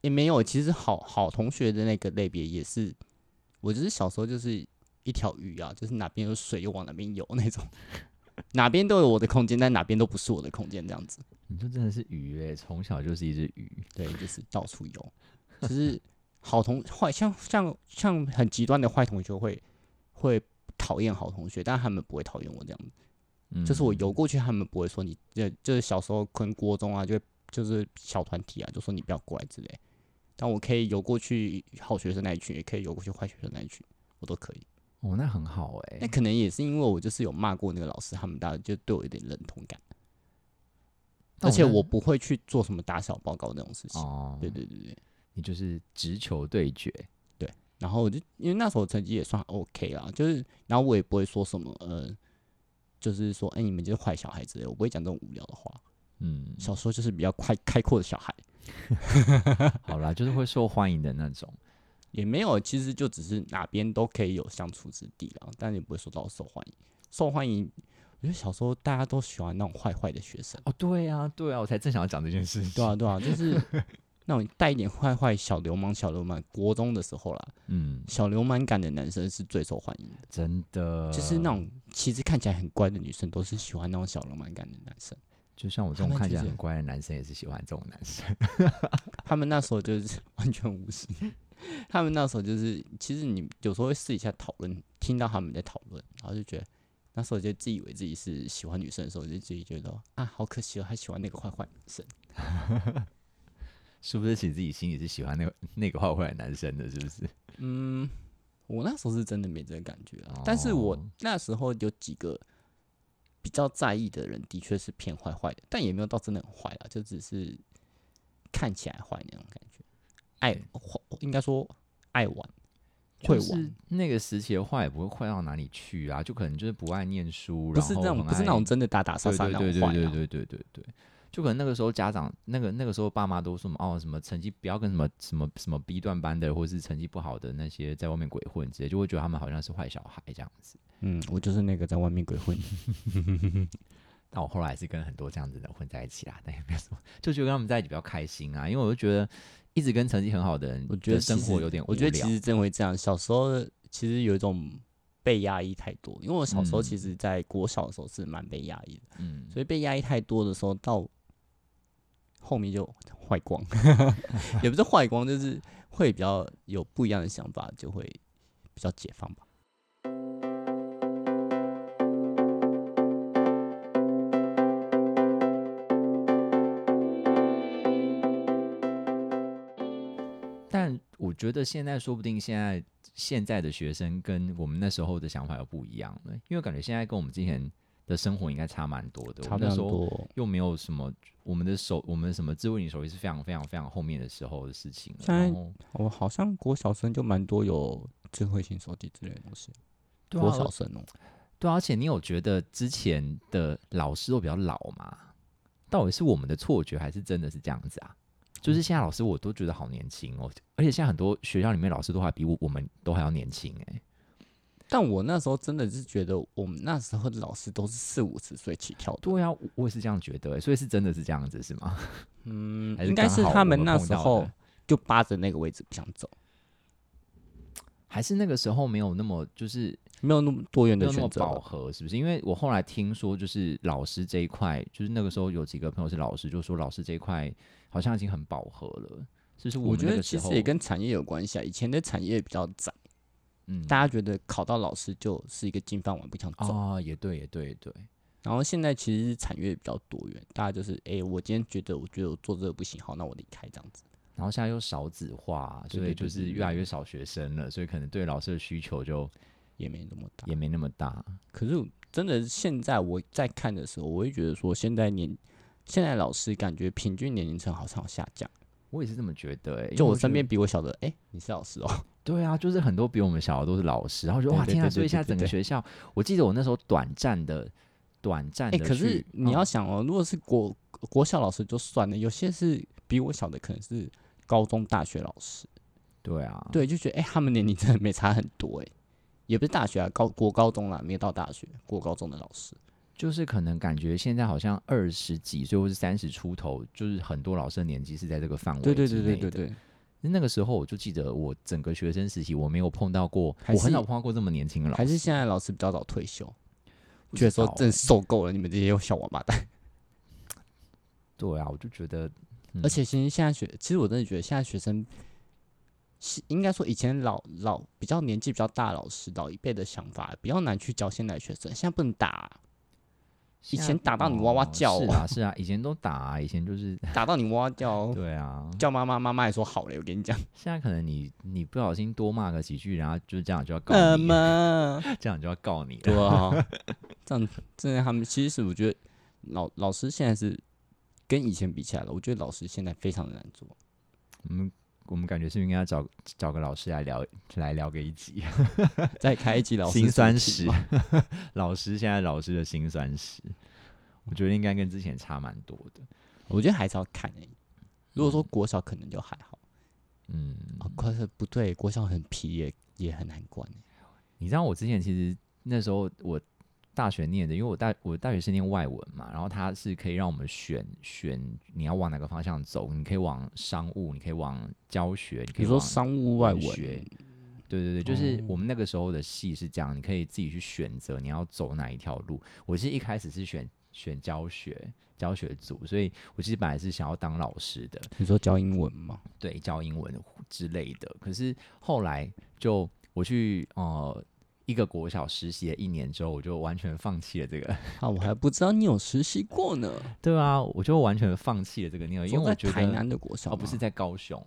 也没有，其实好好同学的那个类别也是，我就是小时候就是一条鱼啊，就是哪边有水就往哪边游那种。 哪边都有我的空间，但哪边都不是我的空间，这样子。
你就真的是鱼诶、从小就是一只鱼。
对，就是到处游，就是好同坏像像像很极端的坏同学会会讨厌好同学，但他们不会讨厌我这样子。
嗯
就是我游过去，他们不会说你，就就是小时候可能国中啊，就会就是小团体啊，就说你不要过来之类。但我可以游过去好学生那一群，也可以游过去坏学生那一群，我都可以。
哦，那很好诶、
那可能也是因为我就是有骂过那个老师，他们大家就对我有点认同感，
那
而且
那
我不会去做什么打小报告那种事情。
哦，
对对对对。
你就是直球对决，
然后我就因为那时候成绩也算 OK 啦，就是然后我也不会说什么呃，就是说哎、你们就是坏小孩之类，我不会讲这种无聊的话。
嗯，
小时候就是比较快开阔的小孩，
好啦，就是会受欢迎的那种。
也没有其实就只是哪边都可以有相处之地啦，但也不会说到受欢迎。受欢迎，我觉得小时候大家都喜欢那种坏坏的学生，
哦，对啊，对啊，我才正想要讲这件事情。
对啊对啊，就是那种带一点坏坏小流氓小流氓。国中的时候啦，
嗯，
小流氓感的男生是最受欢迎的。
真的，
就是那种其实看起来很乖的女生，都是喜欢那种小浪漫感的男生。
就像我这
他
种
们
看
就
起来
是
很乖的男生，也是喜欢这种男生。
他们那时候就是 完全无视，他们那时候就是，其实你有时候会试一下讨论，听到他们在讨论，然后就觉得那时候就自以为自己是喜欢女生的时候，就自己觉得啊，好可惜哦，他喜欢那个坏坏女生。
是不是？其实自己心里是喜欢那个那个坏坏的男生的，是不是？
嗯，我那时候是真的没这个感觉啊，但是我
哦
那时候有几个比较在意的人，的确是偏坏坏的，但也没有到真的很坏啊，就只是看起来坏那种感觉，爱坏应该说爱玩，会
就
玩
是，那个时期的坏也不会坏到哪里去啊，就可能就是不爱念书，
不
然
是
后
那种
很
不是那
爱
种真的打打杀
对
杀
对
那
对
种
对
坏
对
啊，
对对对对，就可能那个时候家长那个那个时候爸妈都说什么哦什么成绩不要跟什么什么什么 B 段班的或是成绩不好的那些在外面鬼混之类，就会觉得他们好像是坏小孩这样子。
嗯，我就是那个在外面鬼混的，
但我后来还是跟很多这样子的混在一起啦，但也没有什么，就觉得跟他们在一起比较开心啊，因为我就觉得一直跟成绩很好的人，
我觉得
生
其
活
实
有点无
我觉得其
聊
实真会这样，小时候其实有一种被压抑太多，因为我小时候
嗯
其实在国小的时候是蛮被压抑的。
嗯，
所以被压抑太多的时候，到后面就坏光， 也不是坏光，就是会比较有不一样的想法，就会比较解放吧。
但我觉得现在说不定现在现在的学生跟我们那时候的想法又不一样了，因为感觉现在跟我们之前的生活应该差蛮多的。
差
我
不
们那时
多
候
多。
又没有什么，我们的手，我们什么智慧型手机是非常非常非常后面的时候的事情了。
现在
然后
我好像国小生就蛮多有智慧型手机之类的东西，
对
国
啊，
小生哦、
对啊、而且你有觉得之前的老师都比较老吗？到底是我们的错觉，还是真的是这样子啊？就是
嗯
现在老师我都觉得好年轻哦，而且现在很多学校里面老师都还比我我们都还要年轻哎、
但我那时候真的是觉得，我们那时候的老师都是四五十岁起跳的，
对啊，我我也是这样觉得、欸，所以是真的是这样子是吗？
嗯
还
应该
刚
是
好
他
我
们那
碰
时
到
候
的，
就扒着那个位置不想走，
还是那个时候没有那么就是
没有那么多元
没
的
有那么
选择
饱
了。
和，是不是？因为我后来听说，就是老师这一块，就是那个时候有几个朋友是老师，就说老师这一块好像已经很饱和了，就是
我
们
觉
那
得
个
其
时
实
候
也跟产业有关系啊，以前的产业比较窄，
嗯
大家觉得考到老师就是一个金饭碗，不想
啊、
走。
也对也对也对，
然后现在其实产业比较多元，大家就是哎、我今天觉得我觉得我做这个不行，好，那我离开这样子。
然后现在又少子化，
对
所以
对对
就
对
是
对
越来越少学生了，所以可能对老师的需求就
也没那么大，
也没那么大。
可是真的，现在我在看的时候，我会觉得说，现在年现在老师感觉平均年龄层好像有下降。
我也是这么觉得、欸，因为
就我
觉
身
得
边比我小的，哎、你是老师哦、
对啊，就是很多比我们小的都是老师，然后我觉得
对
哇
对
天啊，
对
所
对
以现在
对
整个
对
学校，我记得我那时候短暂的短暂
哎、
的去，
可是你
嗯
要想哦、如果是国国小老师就算了，有些是比我小的，可能是高中、大学老师，
对啊，
对，就觉得哎、他们年龄真的没差很多、哎，也不是大学啊，高国高中啦，没有到大学，国高中的老师，
就是可能感觉现在好像二十几岁或是三十出头，就是很多老师的年纪是在这个范围
对对
之
对对
内
对
的。
对，
那个时候我就记得我整个学生时期我没有碰到过，
还
我很
是
少碰到过这么年轻的老师，
还是现在老师比较早退休，
不
觉得
知
说
道
真
欸嗯
的受够了你们这些小王八蛋。
对啊，我就觉得，嗯
而且其实现在学，其实我真的觉得现在学生，是应该说以前老老比较年纪比较大的老师老一辈的想法比较难去教现在的学生，现在不能打啊、以
现在
前打到你哇哇
哦
叫
是
哦
啊是啊，以前都打、啊，以前就是
打到你哇哇叫哦，
对啊，
叫妈妈，妈妈也说好嘞，我跟你讲，
现在可能你你不小心多骂个几句，然后就这样就要告
那
你，啊
么
这样就要告你了。
对 啊，这样真的他们其实我觉得老老师现在是跟以前比起来了，我觉得老师现在非常的难做。
我们我们感觉是不是应该要找找个老师来聊来聊个一集，
再开一集 老师
辛
主
酸
题
史
嘛，
老师现在老师的辛酸史，我觉得应该跟之前差蛮多的。
我觉得还是要看诶、如果说国小可能就还好。
嗯，
啊，可是不对，国小很皮也也很难管欸。
你知道我之前其实那时候我大学念的，因为我大我大学是念外文嘛，然后它是可以让我们选选你要往哪个方向走，你可以往商务，你可以往教学，你可
比
以
如说
往
商务外
文
文，
学对对对，就是
哦
我们那个时候的戏是这样，你可以自己去选择你要走哪一条路。我是一开始是选选教学教学组，所以我其实本来是想要当老师的，
你说教英文吗？
对，教英文之类的。可是后来就我去呃一个国小实习了一年之后，我就完全放弃了这个，
啊，我还不知道你有实习过呢。
对啊，我就完全放弃了这个念了，呃因为
说
我
在
觉得
台南的国小吗，
哦不是在高雄，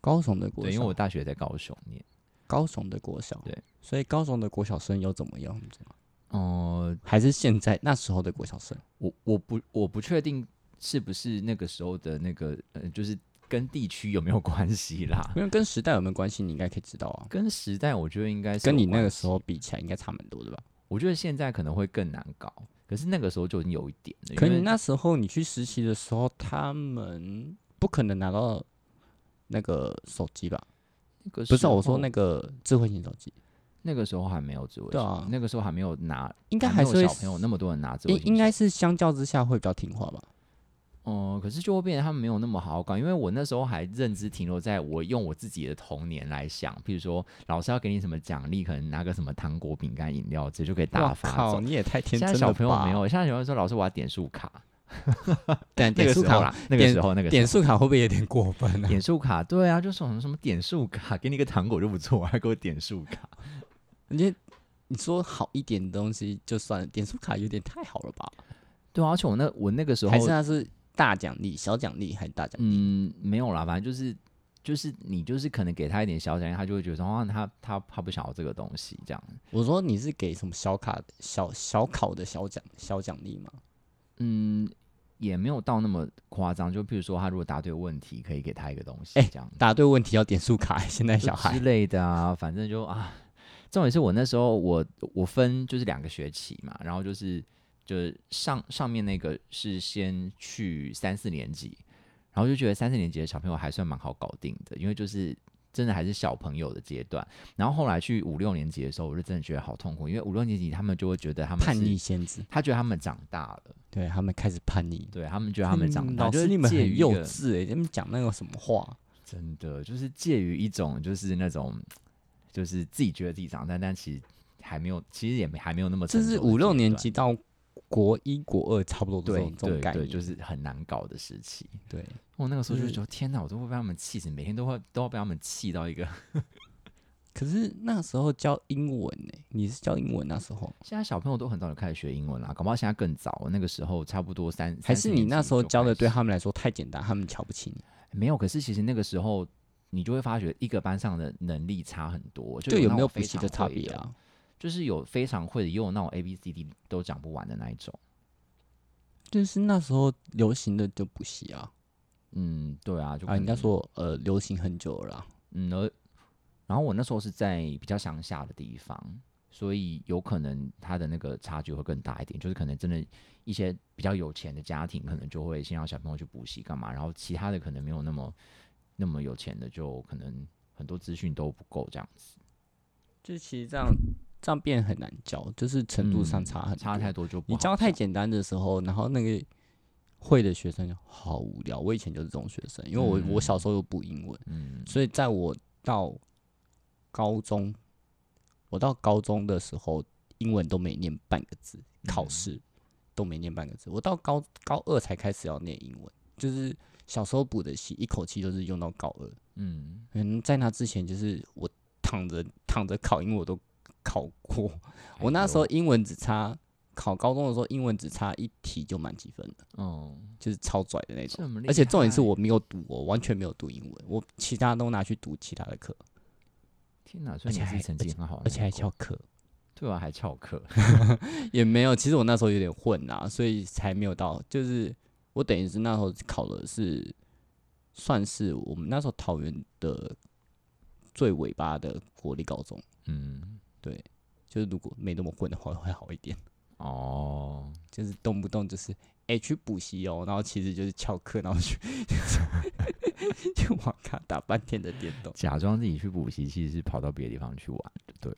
高雄的国小，
对，因为我大学在高雄念。
高雄的国小，
对，
所以高雄的国小生又怎么样？你知道吗
哦、
还是现在那时候的国小生？
我我不我不确定是不是那个时候的那个呃，就是跟地区有没有关系 啦？
因为跟时代有没有关系？你应该可以知道啊。
跟时代，我觉得应该是
跟
有
你那
关
个
系
时候，比起来，应该差蛮多的吧？
我觉得现在可能会更难搞，可是那个时候就已经有一点了。
可
因
你
为
那时候你去实习的时候，他们不可能拿到那个手机吧？
那个
不是啊，我
时候
说那个智慧型手机。
那个时候还没有智慧
对
型
啊
那个时候还没有拿，
应该
还
还
没
是
有
会
小朋友那么多人拿智慧
应
型
应该
手
是相较之下会比较听话吧。
哦、可是就会变成他们没有那么好搞，因为我那时候还认知停留在我用我自己的童年来想，譬如说老师要给你什么奖励，可能拿个什么糖果、饼干、饮料，这就可以打
哇
发
靠，
走。
你也太天
现
真
在
了
小朋友
吧
没有，现在小朋友说老师我要点数卡，
但
那
点
个
数
时候
卡
啦，那个时候那个时
点数卡会不会有点过分
候
呢、
点数卡，对啊，就什么什么点数卡，给你个糖果就不错，还给我点数卡。
你你说好一点的东西就算了，点数卡有点太好了吧？
对啊，而且我那我那个时候
还是它是大奖励、小奖励还是大奖励？
嗯，没有啦，反正就是就是你就是可能给他一点小奖励，他就会觉得说啊，他他他不想要这个东西这样。
我说你是给什么小卡、小小考的小奖、小奖励吗？
嗯，也没有到那么夸张，就譬如说他如果答对问题，可以给他一个东西
哎
这样。
答对问题要点数卡， 现在
就
小孩
之类的啊，反正就啊，重点是我那时候我我分就是两个学期嘛，然后就是就是上上面那个是先去三四年级，然后就觉得三四年级的小朋友还算蛮好搞定的，因为就是。真的还是小朋友的阶段，然后后来去五六年级的时候，我就真的觉得好痛苦，因为五六年级他们就会觉得他们是
叛逆，先知，
他觉得他们长大了，
对他们开始叛逆。
对他们觉得他们长
嗯
大，
老
就
师
是
你们
介于
很
一
幼
个
稚哎、你们讲那个什么话？
真的就是介于一种就是那种就是自己觉得自己长大，但其实还没有，其实也没还没有那么成
这
熟的
是
阶段。
五六年级到国一、国二差不多都是这
对
种这种
对
概
对，
念，嗯
就是很难搞的时期。
对。
我那个时候
就
就是觉得天哪，我都会被他们气死，每天都会都要被他们气到一个。
可是那时候教英文呢、你是教英文那时候，
现在小朋友都很早就开始学英文啊啦，搞不好现在更早。我那个时候差不多三，
还
三四
是你
年级
那时候
就
教的
开
对啊
始
他们来说太简单，他们瞧不起你？
没有？可是其实那个时候你就会发觉一个班上的能力差很多，
就
有
有
那
没
种
有
非
补习
常
的差
会
别啊？
就是有非常会的，也有那种 A B C D 都讲不完的那一种。
就是那时候流行的就补习啊，
嗯，对啊，就可
啊，应该
能
说呃流行很久了啦。
嗯，而然后我那时候是在比较乡下的地方，所以有可能他的那个差距会更大一点，就是可能真的一些比较有钱的家庭，可能就会先让小朋友去补习干嘛，然后其他的可能没有那么那么有钱的，就可能很多资讯都不够这样子，
就其实这样这样变很难教，就是程度上
嗯
差很
差
多
太多就不
你
好
教太
讲
简单的时候，然后那个会的学生就好无聊。我以前就是这种学生，因为我、我小时候有补英文，
嗯
所以在我到高中，我到高中的时候，英文都没念半个字，考
嗯
试都没念半个字。我到高高二才开始要念英文，就是小时候补的习，一口气就是用到高二。
嗯，
嗯，在那之前，就是我躺着躺着考英文我都考过，
哎
我那时候英文只差考高中的时候，英文只差一题就满积分了，
哎呦嗯，
就是超拽的那种。
这么厉害，
而且重点是我没有读，我完全没有读英文，我其他都拿去读其他的课，
天哪，所
而
以
且
你是
还
成绩很好的
而
那
且还
一个
翘课，
对啊，还翘课，
也没有。其实我那时候有点混啦，所以才没有到，就是我等于是那时候考的是，算是我们那时候桃园的最尾巴的国立高中。
嗯，
就是如果没那么混的话， 会好一点。
哦。
就是动不动就是哎、欸去补习哦，然后其实就是翘课，然后去 去网咖打半天的电动。
假装自己去补习，其实是跑到别的地方去玩的。对，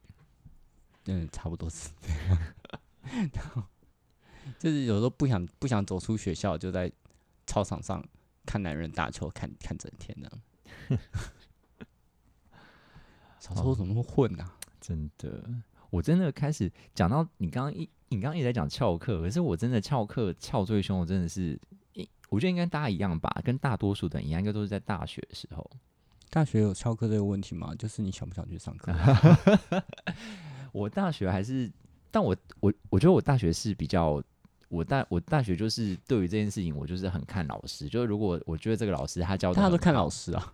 嗯，差不多是这样。 然后就是有时候不想不想走出学校，就在操场上看男人打球，看看整天这样。 小时候怎么那么混啊？
真的，我真的开始讲到你刚刚一，你刚刚一直在讲翘课，可是我真的翘课翘最凶，我真的是，一我觉得应该大家一样吧，跟大多数的人一样，应该都是在大学的时候。
大学有翘课这个问题吗？就是你想不想去上课？
我大学还是，但我我我觉得我大学是比较，我大我大学就是对于这件事情，我就是很看老师，就是如果我觉得这个老师他教的，
大家都看老，师啊，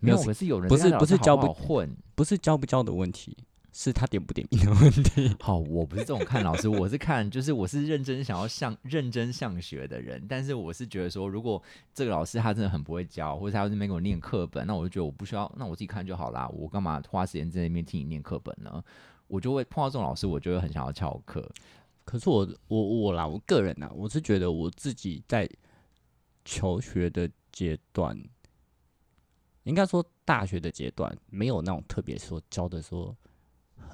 没有，
没有
可是有人
不是
在老
不
师
是教
好不
不
好混，
不是教不教的问题，是他点不点名的问题。
好，我不是这种看老师，我是看就是我是认真想要上认真上学的人，但是我是觉得说，如果这个老师他真的很不会教，或者他在那边给我念课本，那我就觉得我不需要，那我自己看就好啦，我干嘛花时间在那边听你念课本呢？我就会碰到这种老师，我就会很想要翘课。
可是我我我啦，我个人啦，我是觉得我自己在求学的阶段，应该说大学的阶段，没有那种特别说教的说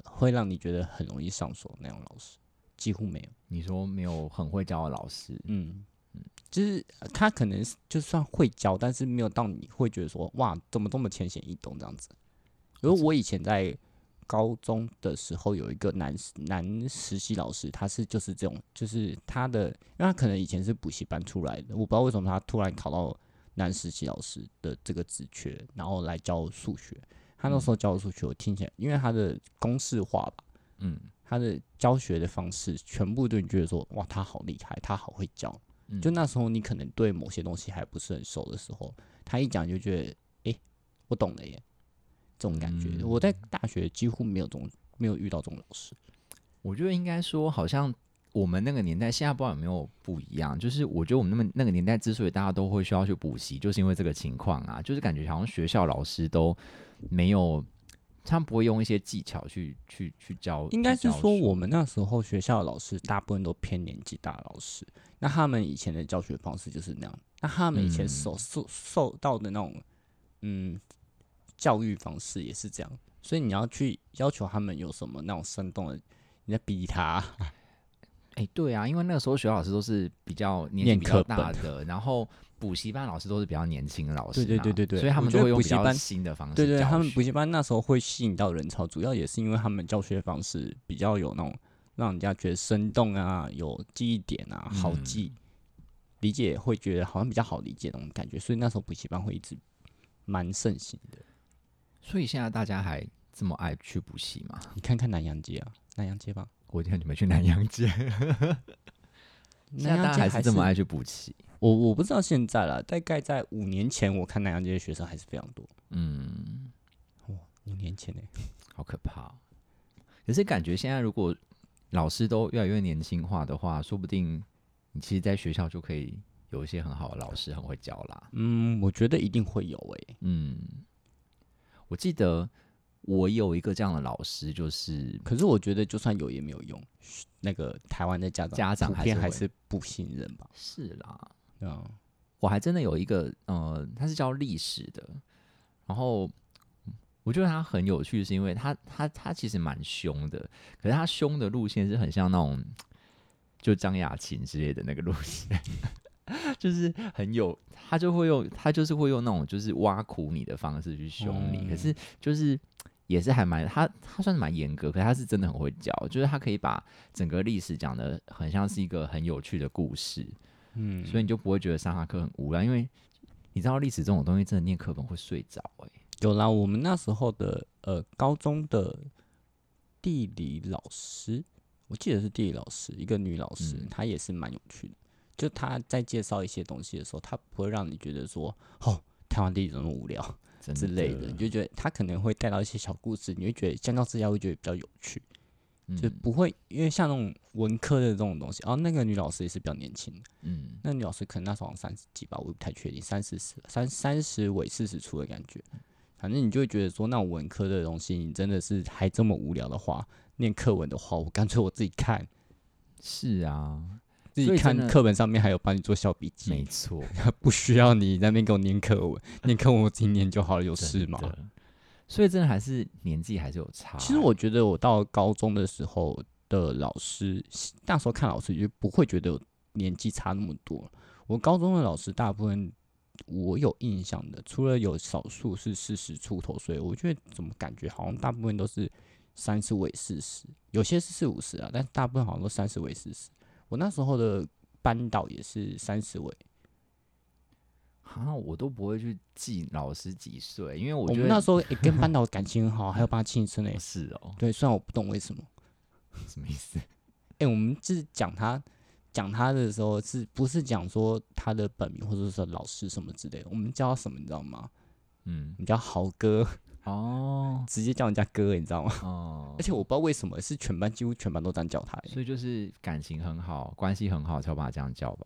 会让你觉得很容易上手那种老师，几乎没有。
你说没有很会教的老师，
嗯，就是呃他可能是就算会教，但是没有到你会觉得说哇，怎么这么浅显易懂这样子。因为我以前在高中的时候有一个男男实习老师，他是就是这种，就是他的，因为他可能以前是补习班出来的，我不知道为什么他突然考到男实习老师的这个职缺，然后来教数学。他那时候教数学，我听起来，因为他的公式化吧，
嗯
他的教学的方式，全部都你觉得说，哇，他好厉害，他好会教。
嗯，
就那时候你可能对某些东西还不是很熟的时候，他一讲就觉得，诶，我懂了耶，这种感觉。
嗯
我在大学几乎没有这种，没有遇到这种老师。
我觉得应该说，好像我们那个年代，现在不知道有没有不一样。就是我觉得我们那么那个年代，之所以大家都会需要去补习，就是因为这个情况啊，就是感觉好像学校老师都没有，他们不会用一些技巧去去去教。
应该
去
是
教
说
书
我们那时候学校的老师大部分都偏年纪大的老师，那他们以前的教学方式就是那样。那他们以前
嗯
所受受到的那种，嗯，教育方式也是这样。所以你要去要求他们有什么那种生动的，你在逼他。
哎、对啊，因为那个时候学校老师都是比较年纪
念
比较
课
大的，然后补习班老师都是比较年轻的老师嘛，
对对对对对
所以他
我
们
觉得
都会用
补
比
习
较
班
新的方式
对对，
教
他们
学
补习班那时候会吸引到人潮，主要也是因为他们教学方式比较有那种让人家觉得生动啊，有记忆点啊，好
嗯
记，理解会觉得好像比较好理解那种感觉，所以那时候补习班会一直蛮盛行的。
所以现在大家还这么爱去补习吗？
你看看南洋街啊，南洋街吧，
我很久没去南洋街， 现在
南洋
大家
街
还
还
是这么爱去补习。
我我不知道现在了，大概在五年前，我看南洋街的学生还是非常多。
嗯，
五年前呢、
好可怕哦。可是感觉现在如果老师都越来越年轻化的话，说不定你其实在学校就可以有一些很好的老师，很会教啦。
嗯，我觉得一定会有欸诶、
嗯，我记得我有一个这样的老师，就是
可是我觉得就算有也没有用，那个台湾的家长
家长
普
还
遍
是
还
会
是不信任吧。
是啦，
对啊，
我还真的有一个，呃，他是教历史的，然后我觉得他很有趣，是因为他他他其实蛮凶的，可是他凶的路线是很像那种就张雅琴之类的那个路线， 就是很有他就会用他就是会用那种就是挖苦你的方式去凶你，
嗯
可是就是。也是还蛮他他算是蛮严格，可是他是真的很会教，就是他可以把整个历史讲的很像是一个很有趣的故事，
嗯，
所以你就不会觉得上下课很无聊，因为你知道历史这种东西真的念课本会睡着哎、
有啦，我们那时候的呃高中的地理老师，我记得是地理老师，一个女老师，
嗯
她也是蛮有趣的。就她在介绍一些东西的时候，她不会让你觉得说哦台湾地理怎么无聊
真
之类的，你就觉得她可能会带到一些小故事，你会觉得相较之下会觉得比较有趣，就
嗯
不会因为像那种文科的这种东西。哦，那个女老师也是比较年轻的，
嗯，
那女老师可能那时候好像三十几吧，我也不太确定，三十四三三十尾四十出的感觉。
嗯
反正你就会觉得说，那种文科的东西，你真的是还这么无聊的话，念课文的话，我干脆我自己看，
是啊，
自己
所以真
看
的
课本上面还有帮你做小笔
没
记，
错，
不需要你在那边给我念课 文，念课文我自己念就好了，有事
真
吗？
的？所以真的还是年纪还是有差欸、
其实我觉得我到高中的时候的老师，那时候看老师就不会觉得有年纪差那么多。我高中的老师大部分我有印象的，除了有少数是四十出头岁，我觉得怎么感觉好像大部分都是三十尾四十，有些是四五十啊，但大部分好像都三十尾四十。我那时候的班导也是三十尾，
啊，我都不会去记老师几岁，因为我
我
觉
们
得
那 时候、欸、跟班导感情很好，还有帮他庆生呢、
是哦，
对，虽然我不懂为什么。
什么意思？
哎、我们是讲他讲他的时候，是不是讲说他的本名或者说老师什么之类的？我们叫他什么，你知道吗？
嗯
我，们叫豪哥，
哦
直接叫人家哥，你知道吗？
哦
而，且我不知道为什么，是全班几乎全班都这样叫他、欸。
所以就是感情很好，关系很好，才会把他这样叫吧。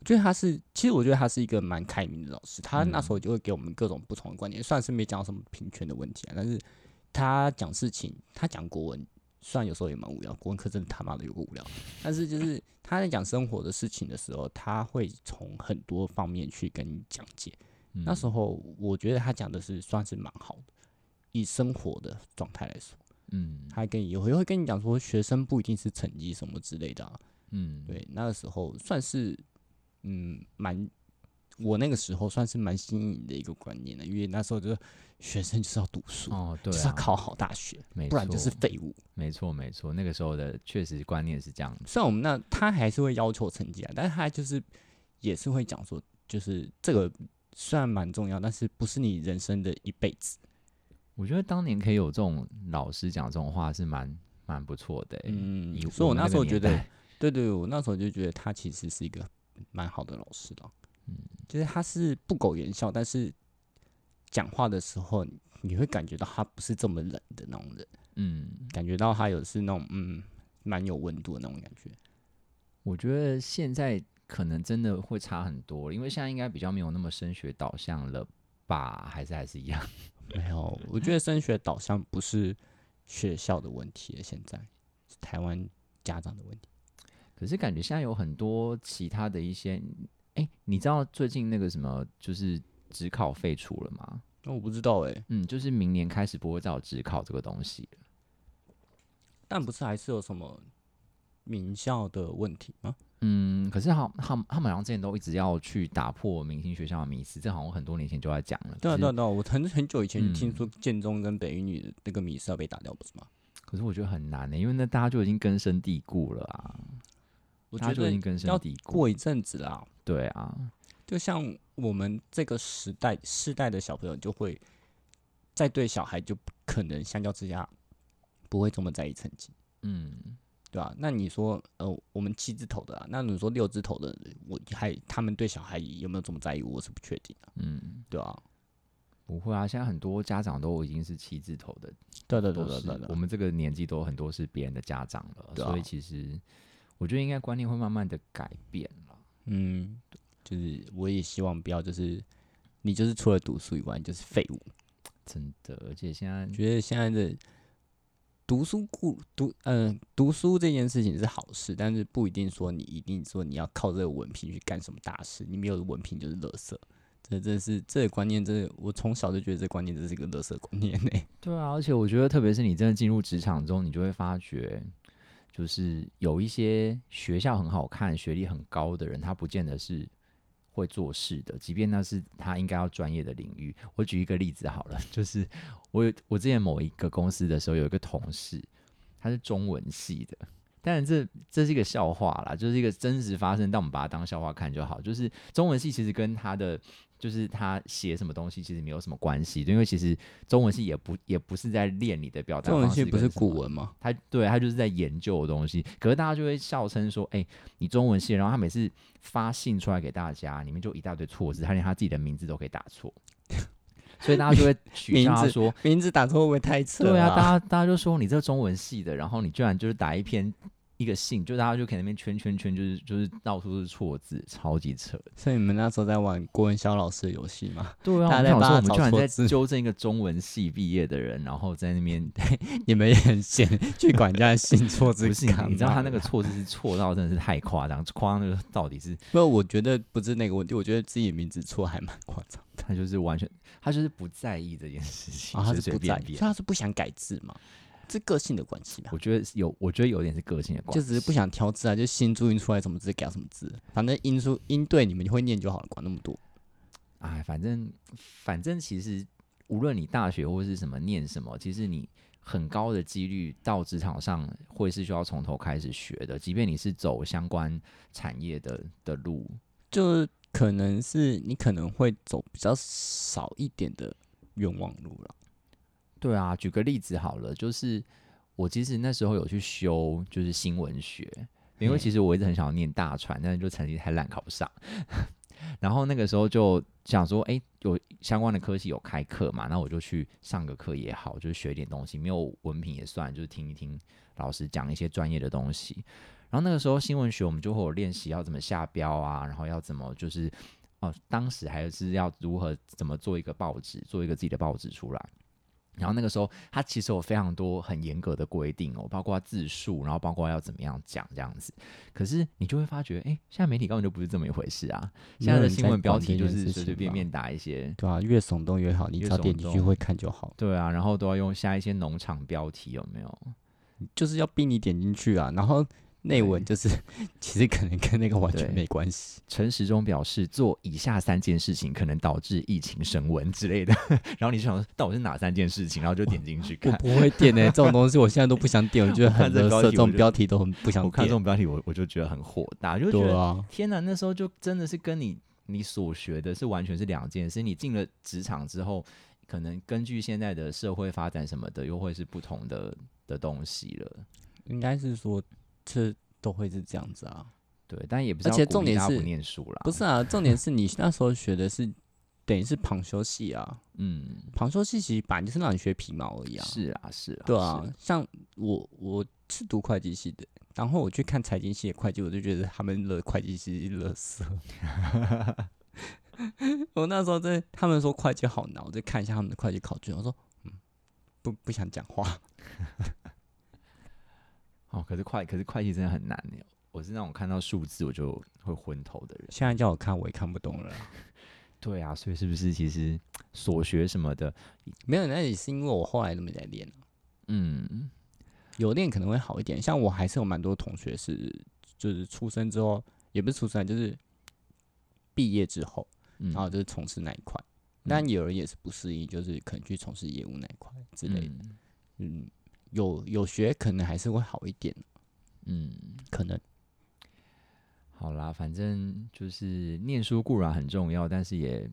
我觉得他是，其实我觉得他是一个蛮开明的老师，他那
嗯
时候就会给我们各种不同的观点，虽然是没讲到什么平权的问题啊，但是他讲事情，他讲国文，虽然有时候也蛮无聊，国文课真的他妈的有个无聊，但是就是他在讲生活的事情的时候，他会从很多方面去跟你讲解。
嗯
那时候我觉得他讲的是算是蛮好的，以生活的状态来说，
嗯
他还跟你也会跟你讲说，学生不一定是成绩什么之类的啊，
嗯，
对，那个时候算是嗯蛮，我那个时候算是蛮新颖的一个观念的，因为那时候就是学生就是要读书，
哦，对、啊，
就是要考好大学，
没
不然就是
错
废物。
没错没错，那个时候的确实观念是这样子。
虽然我们那他还是会要求成绩啊，但是他就是也是会讲说，就是这个虽然蛮重要，但是不是你人生的一辈子。
我觉得当年可以有这种老师讲这种话是蛮蛮不错的、欸。
嗯
以，
所以我
们
那
个
时候
年
觉得
代，
对对，我那时候就觉得他其实是一个蛮好的老师的，
嗯
就是他是不苟言笑，但是讲话的时候你会感觉到他不是这么冷的那种人，
嗯，
感觉到他有是那种嗯蛮有温度的那种感觉。
我觉得现在可能真的会差很多，因为现在应该比较没有那么升学导向了吧？还是还是一样？
没有，我觉得升学导向不是学校的问题了，现在是台湾家长的问题。
可是感觉现在有很多其他的一些，哎、你知道最近那个什么就是职考废除了吗？
那、我不知道哎、
嗯，就是明年开始不会再有职考这个东西了。
但不是还是有什么名校的问题吗？
嗯，可是好，他们他们好像之前都一直要去打破明星学校的迷思，这好像很多年前就在讲了。
对啊，
可是
对啊，对啊，我很很久以前就
嗯
听说建中跟北一女的那个米是要被打掉，不是吗？
可是我觉得很难呢、欸因为那大家就已经根深蒂固了啊，
我
大家
觉
就已
得
经根深
要
蒂固。
过一阵子啦，
对啊，
就像我们这个时代世代的小朋友就会再对小孩就不可能相较之下不会这么在意成绩。
嗯，
对吧、那你说，呃，我们七字头的啊，那你说六字头的，我还他们对小孩有没有这么在意，我是不确定的、
嗯，
对啊，
不会啊，现在很多家长都已经是七字头的，
对啊对
都是我们这个年纪都很多是别人的家长了，
对
所
啊
以其实我觉得应该观念会慢慢的改变了。
嗯，就是我也希望不要，就是你就是除了读书以外，你就是废物。
真的，而且现在
我觉得现在的读书故读，呃，读书这件事情是好事，但是不一定说你一定说你要靠这个文凭去干什么大事，你没有文凭就是垃圾。这真的是这个观念，真的，我从小就觉得这个观念真是一个垃圾观念呢、
对啊，而且我觉得，特别是你真的进入职场之后，你就会发觉，就是有一些学校很好看、学历很高的人，他不见得是会做事的，即便那是他应该要专业的领域。我举一个例子好了， 就是我有我之前某一个公司的时候，有一个同事，他是中文系的。当然这，这是一个笑话啦，就是一个真实发生，但我们把它当笑话看就好。就是中文系其实跟他的，就是他写什么东西其实没有什么关系，因为其实中文系也不也不是在练你的表达
中文
方式
系
跟什么，
不是古文吗？
他对他就是在研究的东西，可是大家就会笑称说：“哎、你中文系。”然后他每次发信出来给大家，里面就一大堆错字，他连他自己的名字都可以打错，所以大家就会取笑
名
他
字
说
名字打错会不会太：“扯了？
对啊，大家大家就说你这中文系的，然后你居然就是打一篇一个信，就大家就可以那边圈圈圈，就是就是到处都是错字，超级扯。”
所以你们那时候在玩郭文潇老师的游戏吗？
对啊，我
大家
们
在
想
帮
说
他
我
找
们居然
错
在
字
纠正一个中文系毕业的人，然后在那边
你们也很闲，去管人家的星座这
不是你
干
你知道
嘛
他那个
啦，
错字是错到真的是太夸张，夸张就是到底是。
不，我觉得不是那个问题，我觉得自己名字错还蛮夸张
他就是完全，他就是不在意这件事情，
啊，他
就是随
不在
便
意，所以
变。
他是不想改字嘛，这个性的关系吧
我，觉得是有，我觉得有点是个性的关
就
系，
只是不想挑字啊，就新注音出来什么字改什么字，反正音书音对你们会念就好了，管那么多。
哎，反正反正其实无论你大学或是什么念什么，其实你很高的几率到职场上会是需要从头开始学的，即便你是走相关产业的的路，
就可能是你可能会走比较少一点的冤枉路了。
对啊，举个例子好了，就是我其实那时候有去修就是新闻学，因为
嘿
其实我一直很想要念大传，但是就成绩太烂考不上。 然后那个时候就想说，哎、有相关的科系有开课嘛，那我就去上个课也好，就是学一点东西，没有文凭也算，就是听一听老师讲一些专业的东西。然后那个时候新闻学我们就会有练习要怎么下标啊，然后要怎么就是哦，当时还是要如何怎么做一个报纸，做一个自己的报纸出来。然后那个时候，它其实有非常多很严格的规定哦，包括字数，然后包括要怎么样讲这样子。可是你就会发觉，哎，现在媒体根本就不是这么一回事啊！现在的新闻标题就是随随便便打一些，
对啊，越耸动越好，你
越
只要点
耸
进去
动
会看就好。
对啊，然后都要用下一些农场标题，有没有？
就是要逼你点进去啊。然后内文
对
就是 其实可能跟那个完全
对
没关系。
陈时中表示，做以下三件事情可能导致疫情升温之类的。 然后你就想说，到底是哪三件事情？然后就点进去
我
看。
不会 点诶、这种东西我现在都不想点，我觉得
我看
很
这
多
标
色，
题
这
我
种
就
标题都很不想
我看这
点。
种标题，我我就觉得很火大，就觉
对
得
啊，
天哪，那时候就真的是跟你你所学的是完全是两件事。你进了职场之后，可能根据现在的社会发展什么的，又会是不同的的东西了。
应该是说这都会是这样子啊。
对，但也不是
而
要
且
鼓
重
励
点
大家
是
不念书啦，
不是啊，重点是你那时候学的是等于是旁修系啊，
嗯，
旁修系其实本来就是让你学皮毛而已啊。
是啊，是啊，
对
是
啊，像我我是读会计系的，然后我去看财经系的会计，我就觉得他们的会计系乐色。 我那时候在他们说会计好难，我就看一下他们的会计考卷，我说嗯，不不想讲话。
哦，可是会可是会计真的很难耶我是那种看到数字我就会昏头的人。
现在叫我看我也看不懂了啦，
对啊，所以是不是其实所学什么的，
没有，那也是因为我后来都没在练啊
嗯，
有练可能会好一点。像我还是有蛮多同学是，就是出生之后，也不是出生，就是毕业之后，
嗯
然后就是从事那一块。
嗯
但有人也是不适应，就是可能去从事业务那一块之类的。
嗯
嗯，有有学可能还是会好一点，
嗯
可能
好啦，反正就是念书固然很重要，但是也，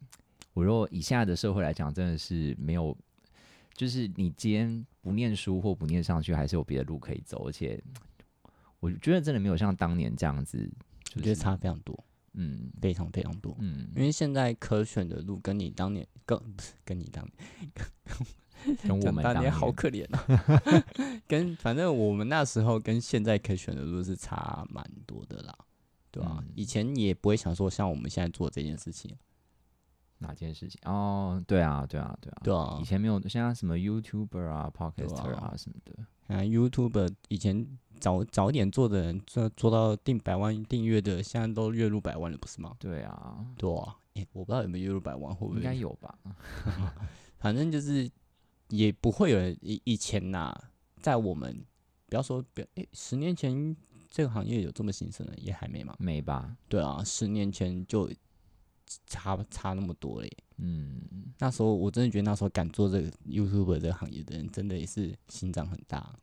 我若以下的社会来讲，真的是没有，就是你今天不念书或不念上去，还是有别的路可以走，而且我觉得真的没有像当年这样子，
我
就
觉得
是
差非常多，
嗯
非常非常多。
嗯，
因为现在可选的路跟你当年跟不是跟你当年
跟我
讲
们
当
年
好可怜啊， 跟反正我们那时候跟现在可选的路是差蛮多的啦，对啊，
嗯
以前你也不会想说像我们现在做这件事情，
哪件事情？哦，对啊，对啊，对啊，
对啊
以，前没有，现在什么 YouTuber 啊、Podcaster
啊
啊什么的，
啊 YouTube 以前早早点做的人做做到定百万订阅的，现在都月入百万了，不是吗？
对啊，
对啊，诶我不知道有没有月入百万，会不
应该
会？
有吧？
反正就是也不会有人以以前呐、在我们不要说不要，诶，十年前这个行业有这么兴盛的，也还没嘛。
没吧？
对啊，十年前就差差那么多嘞。
嗯，
那时候我真的觉得那时候敢做这个 YouTube 这个行业的人，真的也是心脏很大，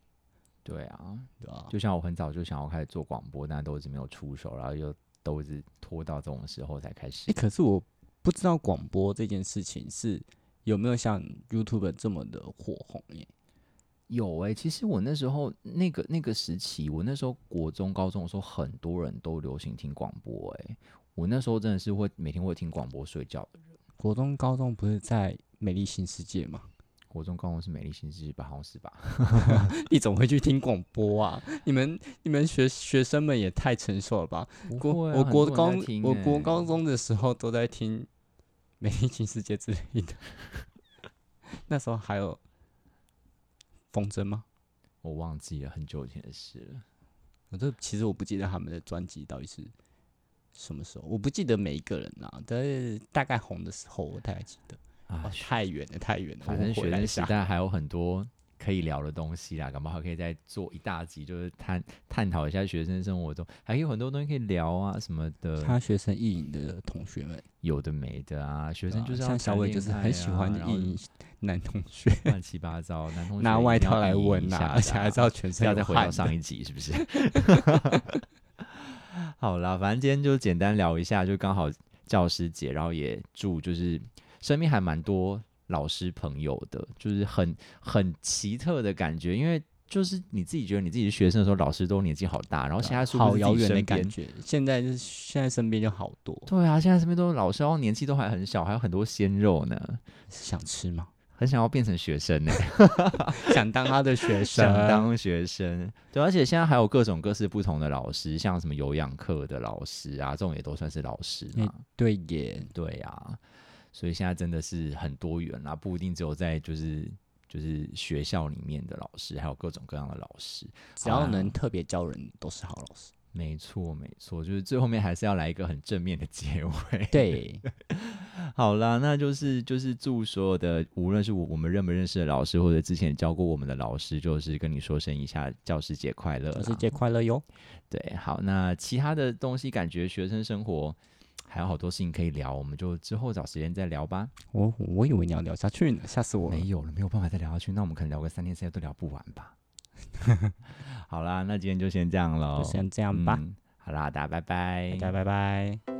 对啊，
对吧、
就像我很早就想要开始做广播，但都一直没有出手，然后又都一直拖到这种时候才开
诶，
始。
可是我不知道广播这件事情是有没有像 YouTube 这么的火红耶？
有哎、其实我那时候那个那个时期，我那时候国中、高中的时候，很多人都流行听广播哎、我那时候真的是会每天会听广播睡觉的。
国中、高中不是在美丽新世界吗？
国中、高中是美丽新世界吧，好像是吧？
你怎么会去听广播啊？你们你们学学生们也太成熟了吧？国
不会啊
我
很
国
多
高
人在听
我
欸
国高中的时候都在听《美丽新世界》之类的， 那时候还有风筝吗？
我忘记了很久以前的事了。
我这其实我不记得他们的专辑到底是什么时候，我不记得每一个人啦、但是大概红的时候我大概记得。
啊
哦，太远了，太远了，
反
我
正
回
学
来一
生时
下。
代还有很多可以聊的东西啦，搞不好可以再做一大集，就是探探讨一下学生生活中还有很多东西可以聊啊什么的，
他学生意影的同学们，
有的没的啊。学
对
生
啊
就是要
像小
谈
伟，
恋
就是
爱
很喜欢
啊然
意
后
影男同学。
乱七八糟，男同学
拿
一
外
定要
套来
意淫
闻
一
呐、
下的
而且还
啊
知道全身
要
有
再回
汗
到上一集，是不 是？好啦，反正今天就简单聊一下，就刚好教师节，然后也祝就是身边还蛮多老师朋友的，就是很很奇特的感觉，因为就是你自己觉得你自己是学生的时候，老师都年纪好大，然后现在殊不知
好
自己
遥远的
身边
感觉。现在就是现在身边就好多，
对啊，现在身边都是老师，然后年纪都还很小，还有很多鲜肉呢，
想吃吗？
很想要变成学生呢、
想当他的学生，
想当学生，对，而且现在还有各种各式不同的老师，像什么有氧课的老师啊，这种也都算是老师嘛。
对耶，
对啊，所以现在真的是很多元啦，不一定只有在就是就是学校里面的老师，还有各种各样的老师。
只要
啊
能特别教人都是好老 师。
没错，没错，就是最后面还是要来一个很正面的结尾。
对，
好啦，那就是就是祝所有的，无论是我我们认不认识的老师，或者之前教过我们的老师，就是跟你说声一下教师节快乐啦。
教师节快乐哟！
对，好，那其他的东西感觉学生生活还有好多事情可以聊，我们就之后找时间再聊吧。
我我以为你要聊下去呢，吓死我了
没。有了，没有办法再聊下去，那我们可能聊个三天三夜都聊不完吧。 好啦，那今天就先这样喽
就，先这样吧，
嗯好啦，大家拜拜，
大家拜拜。